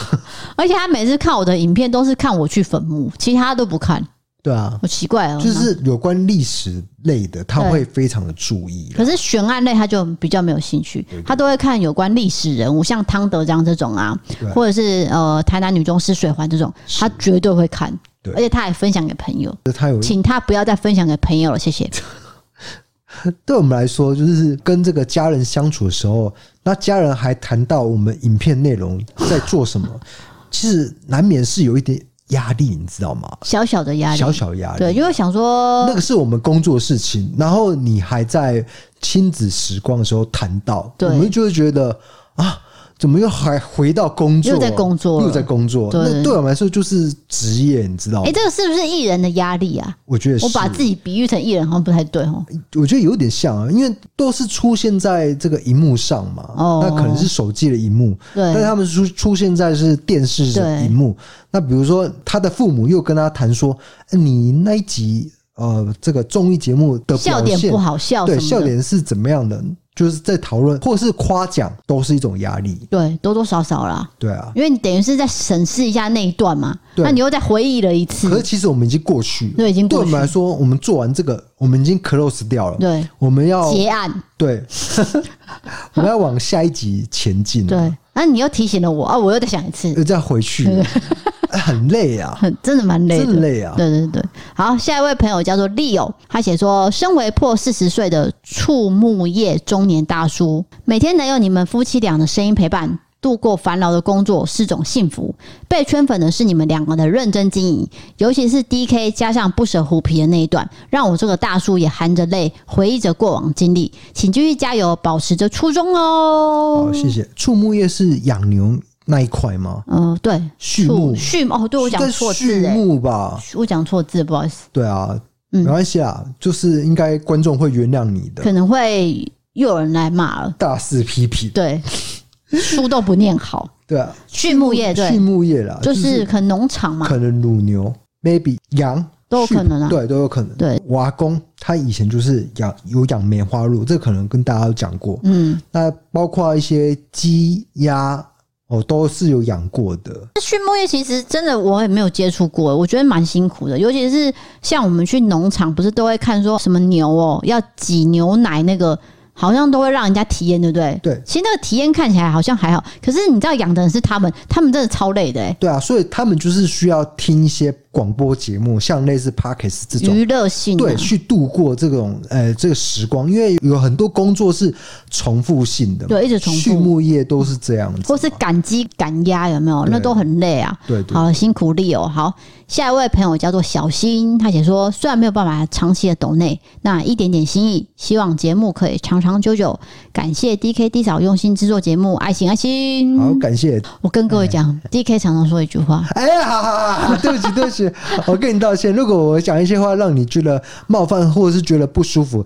[SPEAKER 1] 而且他每次看我的影片都是看我去坟墓，其他都不看，
[SPEAKER 2] 对啊，
[SPEAKER 1] 我奇怪哦。
[SPEAKER 2] 就是有关历史类的，他
[SPEAKER 1] 对
[SPEAKER 2] 会非常的注意
[SPEAKER 1] 那。可是悬案类他就比较没有兴趣，他都会看有关历史人物，像汤德章这种啊，
[SPEAKER 2] 对
[SPEAKER 1] 或者是呃台南女中施水环这种，他绝对会看，
[SPEAKER 2] 对
[SPEAKER 1] 而且他还分享给朋友，
[SPEAKER 2] 他有
[SPEAKER 1] 请他不要再分享给朋友了，谢谢。
[SPEAKER 2] 对我们来说，就是跟这个家人相处的时候，那家人还谈到我们影片内容在做什么，其实难免是有一点压力，你知道吗？
[SPEAKER 1] 小小的压力，
[SPEAKER 2] 小小压力，
[SPEAKER 1] 对，因为想说
[SPEAKER 2] 那个是我们工作的事情，然后你还在亲子时光的时候谈到，
[SPEAKER 1] 对
[SPEAKER 2] 我们就会觉得啊，怎么又还回到工作，
[SPEAKER 1] 又在工作了
[SPEAKER 2] 又在工作，
[SPEAKER 1] 对
[SPEAKER 2] 那对我们来说就是职业，你知道
[SPEAKER 1] 哎、
[SPEAKER 2] 吗？
[SPEAKER 1] 这个是不是艺人的压力啊？
[SPEAKER 2] 我觉得哦是
[SPEAKER 1] 我把自己比喻成艺人好像不太对哦。
[SPEAKER 2] 我觉得有点像啊，因为都是出现在这个荧幕上嘛，
[SPEAKER 1] 哦
[SPEAKER 2] 那可能是手机的荧幕，
[SPEAKER 1] 对
[SPEAKER 2] 但是他们出出现在是电视的荧幕。那比如说他的父母又跟他谈说，呃你那一集呃这个综艺节目的表
[SPEAKER 1] 笑
[SPEAKER 2] 现
[SPEAKER 1] 点不好笑什么
[SPEAKER 2] 对
[SPEAKER 1] 的，
[SPEAKER 2] 笑点是怎么样的，就是在讨论或是夸奖，都是一种压力。
[SPEAKER 1] 对，多多少少啦，
[SPEAKER 2] 对啊，
[SPEAKER 1] 因为你等于是在审视一下那一段嘛，
[SPEAKER 2] 对
[SPEAKER 1] 那你又再回忆了一
[SPEAKER 2] 可是
[SPEAKER 1] 次，
[SPEAKER 2] 其实我们已经过去了，
[SPEAKER 1] 对已经过去
[SPEAKER 2] 对我们来说，我们做完这个，我们已经 close 掉了。
[SPEAKER 1] 对，
[SPEAKER 2] 我们要
[SPEAKER 1] 结案，
[SPEAKER 2] 对， 我们要往下一集前进。啊
[SPEAKER 1] 对，那你又提醒了我啊，我又再想一次，
[SPEAKER 2] 又再回去， 很累啊。
[SPEAKER 1] 很 真的蛮累的，
[SPEAKER 2] 真的累啊
[SPEAKER 1] 对对对，好，下一位朋友叫做 Leo，他写说，身为破四十岁的畜牧业中年大叔，每天能有你们夫妻俩的声音陪伴。度过烦劳的工作是种幸福，被圈粉的是你们两个的认真经营，尤其是 D K 加上不舍虎皮的那一段，让我这个大叔也含着泪回忆着过往经历。请继续加油，保持着初衷哦
[SPEAKER 2] 好，。谢谢。畜牧业是养牛那一块吗？
[SPEAKER 1] 嗯、对，
[SPEAKER 2] 畜牧
[SPEAKER 1] 畜哦，对我讲错字
[SPEAKER 2] 畜
[SPEAKER 1] 哎、
[SPEAKER 2] 牧啊吧？
[SPEAKER 1] 我讲错字，不好意思。
[SPEAKER 2] 对啊，
[SPEAKER 1] 嗯
[SPEAKER 2] 没关系啊，就是应该观众会原谅你的
[SPEAKER 1] 可。能会又有人来骂了。
[SPEAKER 2] 大肆批评，
[SPEAKER 1] 对，书都不念好，
[SPEAKER 2] 对啊，
[SPEAKER 1] 畜牧业
[SPEAKER 2] 畜
[SPEAKER 1] 对，
[SPEAKER 2] 牧业啦，
[SPEAKER 1] 就
[SPEAKER 2] 啊就是
[SPEAKER 1] 可能农场嘛，
[SPEAKER 2] 可能乳牛，maybe 羊
[SPEAKER 1] 都有可能啊
[SPEAKER 2] sheep，对，都有可能。
[SPEAKER 1] 对，
[SPEAKER 2] 我阿公他以前就是养有养梅花鹿，这可能跟大家有讲过。
[SPEAKER 1] 嗯，
[SPEAKER 2] 那包括一些鸡、鸭哦，都是有养过的。
[SPEAKER 1] 那畜牧业其实真的我也没有接触过，我觉得蛮辛苦的，尤其是像我们去农场，不是都会看说什么牛哦、要挤牛奶那个。好像都会让人家体验，对不对？
[SPEAKER 2] 对
[SPEAKER 1] 其实那个体验看起来好像还好，可是你知道养的人是他们，他们真的超累的、欸，
[SPEAKER 2] 对啊，所以他们就是需要听一些广播节目，像类似 Parkes 这种，
[SPEAKER 1] 娱乐性、啊。
[SPEAKER 2] 对，去度过这种呃这个时光，因为有很多工作是重复性的嘛，
[SPEAKER 1] 对一直重复
[SPEAKER 2] 畜牧业都是这样子嘛，
[SPEAKER 1] 或是赶鸡赶鸭有没有？
[SPEAKER 2] 对
[SPEAKER 1] 那都很累啊。
[SPEAKER 2] 对对
[SPEAKER 1] 好辛苦力哦。好，下一位朋友叫做小新，他写说，虽然没有办法长期的抖内，那一点点心意，希望节目可以长长久久。感谢 D K D 嫂用心制作节目，爱心爱心。
[SPEAKER 2] 好感谢，
[SPEAKER 1] 我跟各位讲，D K 常常说一句话，
[SPEAKER 2] 哎呀，好好好好，对不起对不起，我跟你道歉，如果我讲一些话让你觉得冒犯或者是觉得不舒服。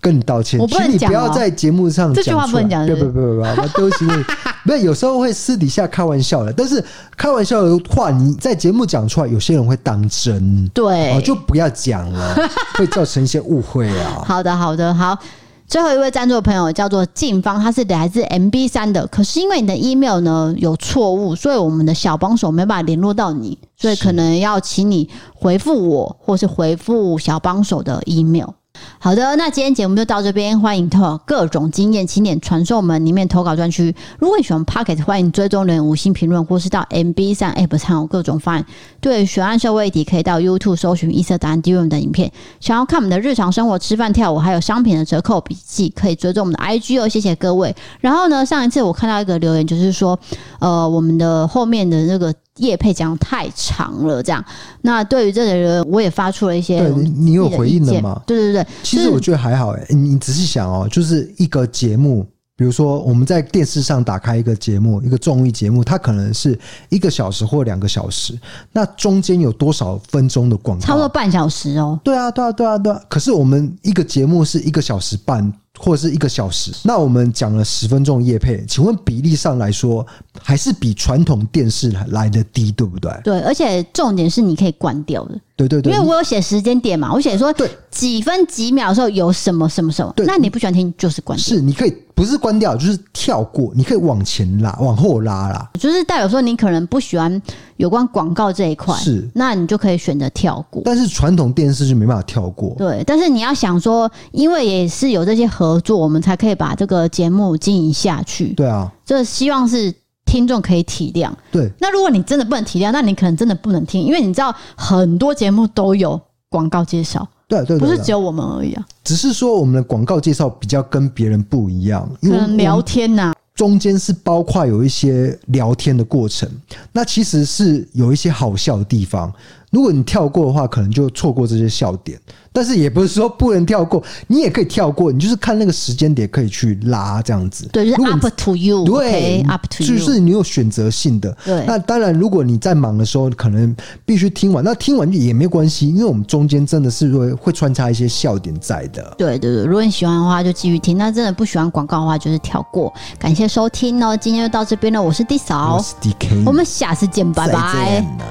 [SPEAKER 2] 跟你道歉，
[SPEAKER 1] 我不能
[SPEAKER 2] 请你
[SPEAKER 1] 讲
[SPEAKER 2] 不
[SPEAKER 1] 哦
[SPEAKER 2] 要在节目上
[SPEAKER 1] 这句话
[SPEAKER 2] 出
[SPEAKER 1] 不能
[SPEAKER 2] 来
[SPEAKER 1] 讲
[SPEAKER 2] 对
[SPEAKER 1] 是不
[SPEAKER 2] 不
[SPEAKER 1] 是
[SPEAKER 2] 不不不，不对不起，对不起不是有时候会私底下开玩笑的，但是开玩笑的话，你在节目讲出来，有些人会当真。
[SPEAKER 1] 对，
[SPEAKER 2] 哦，就不要讲了，会造成一些误会啊。
[SPEAKER 1] 好的，好的，好。最后一位赞助的朋友叫做静芳，他是来自 MB 三的，可是因为你的 email 呢有错误，所以我们的小帮手没办法联络到你，所以可能要请你回复我，或是回复小帮手的 email。好的，那今天节目就到这边，欢迎投稿各种经验，请点传送门里面投稿专区。如果你喜欢 Pocket，欢迎追踪留言、五星评论，或是到 MB 三 App 参考各种方案。对于悬案社会议题，可以到 YouTube 搜寻“异色答案 d r 的影片。想要看我们的日常生活、吃饭、跳舞，还有商品的折扣笔记，可以追踪我们的 IG 哦，谢谢各位。然后呢，上一次我看到一个留言，就是说，呃，我们的后面的那个叶配讲太长了，这样。那对于这个人，我也发出了一些
[SPEAKER 2] 对
[SPEAKER 1] 我
[SPEAKER 2] 你
[SPEAKER 1] 们
[SPEAKER 2] 你有
[SPEAKER 1] 自己的
[SPEAKER 2] 回
[SPEAKER 1] 意
[SPEAKER 2] 应了
[SPEAKER 1] 见
[SPEAKER 2] 吗？
[SPEAKER 1] 对对对，
[SPEAKER 2] 其
[SPEAKER 1] 就
[SPEAKER 2] 实
[SPEAKER 1] 是
[SPEAKER 2] 我觉得还好、欸，你你仔细想哦，就是一个节目，比如说我们在电视上打开一个节目，一个综艺节目，它可能是一个小时或两个小时，那中间有多少分钟的广告？
[SPEAKER 1] 差不多半小时哦。
[SPEAKER 2] 对啊，对啊，对啊，对啊。可是我们一个节目是一个小时半或者是一个小时，那我们讲了十分钟夜配，请问比例上来说，还是比传统电视来的低，对不对？
[SPEAKER 1] 对，而且重点是你可以关掉的，
[SPEAKER 2] 对对
[SPEAKER 1] 因为
[SPEAKER 2] 对，
[SPEAKER 1] 我有写时间点嘛，我写说
[SPEAKER 2] 对
[SPEAKER 1] 几分几秒的时候有什么什么什么，
[SPEAKER 2] 对
[SPEAKER 1] 那你不喜欢听就是关掉，
[SPEAKER 2] 是你可以不是关掉，就是跳过，你可以往前拉，往后拉啦。
[SPEAKER 1] 就是代表说你可能不喜欢有关广告这一块，
[SPEAKER 2] 是
[SPEAKER 1] 那你就可以选择跳过。
[SPEAKER 2] 但是传统电视就没办法跳过。
[SPEAKER 1] 对，但是你要想说，因为也是有这些合作，我们才可以把这个节目经营下去。
[SPEAKER 2] 对啊，
[SPEAKER 1] 这希望是听众可以体谅。
[SPEAKER 2] 对
[SPEAKER 1] 那如果你真的不能体谅，那你可能真的不能听，因为你知道很多节目都有广告介绍，
[SPEAKER 2] 对啊对啊对啊
[SPEAKER 1] 不是
[SPEAKER 2] 对啊
[SPEAKER 1] 只有我们而已啊。
[SPEAKER 2] 只是说我们的广告介绍比较跟别人不一样，因
[SPEAKER 1] 可
[SPEAKER 2] 为我
[SPEAKER 1] 能
[SPEAKER 2] 们
[SPEAKER 1] 聊天啊呐、
[SPEAKER 2] 中间是包括有一些聊天的过程，那其实是有一些好笑的地方。如果你跳过的话，可能就错过这些笑点。但是也不是说不能跳过，你也可以跳过，你就是看那个时间点可以去拉这样子。
[SPEAKER 1] 对，就
[SPEAKER 2] 如
[SPEAKER 1] 是
[SPEAKER 2] 果你
[SPEAKER 1] up to you，
[SPEAKER 2] 对
[SPEAKER 1] o k up to you，
[SPEAKER 2] 就是你有选择性的。
[SPEAKER 1] 对
[SPEAKER 2] 那当然，如果你在忙的时候，可能必须听完，那听完也没关系，因为我们中间真的是会会穿插一些笑点在的。
[SPEAKER 1] 对对对，如果你喜欢的话就继续听，那真的不喜欢广告的话就是跳过。感谢收听哦，今天就到这边了，我是 D
[SPEAKER 2] 我
[SPEAKER 1] 嫂，
[SPEAKER 2] 是 DK，
[SPEAKER 1] 我们下次见，拜
[SPEAKER 2] 再
[SPEAKER 1] 拜
[SPEAKER 2] 见。了。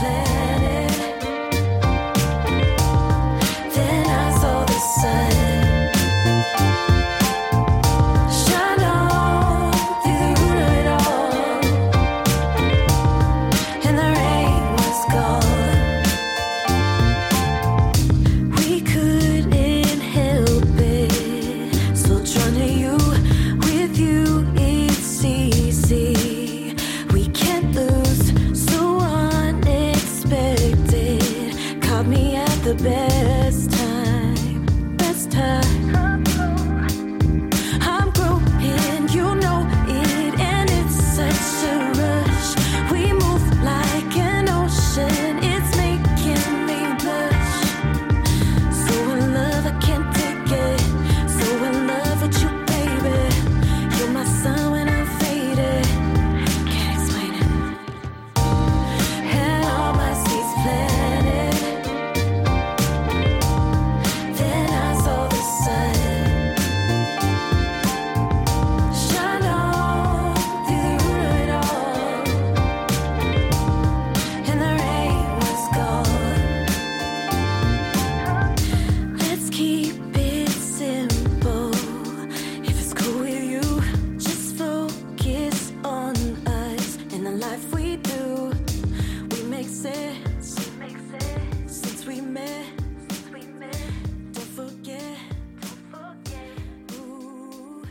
[SPEAKER 3] Hey the bed.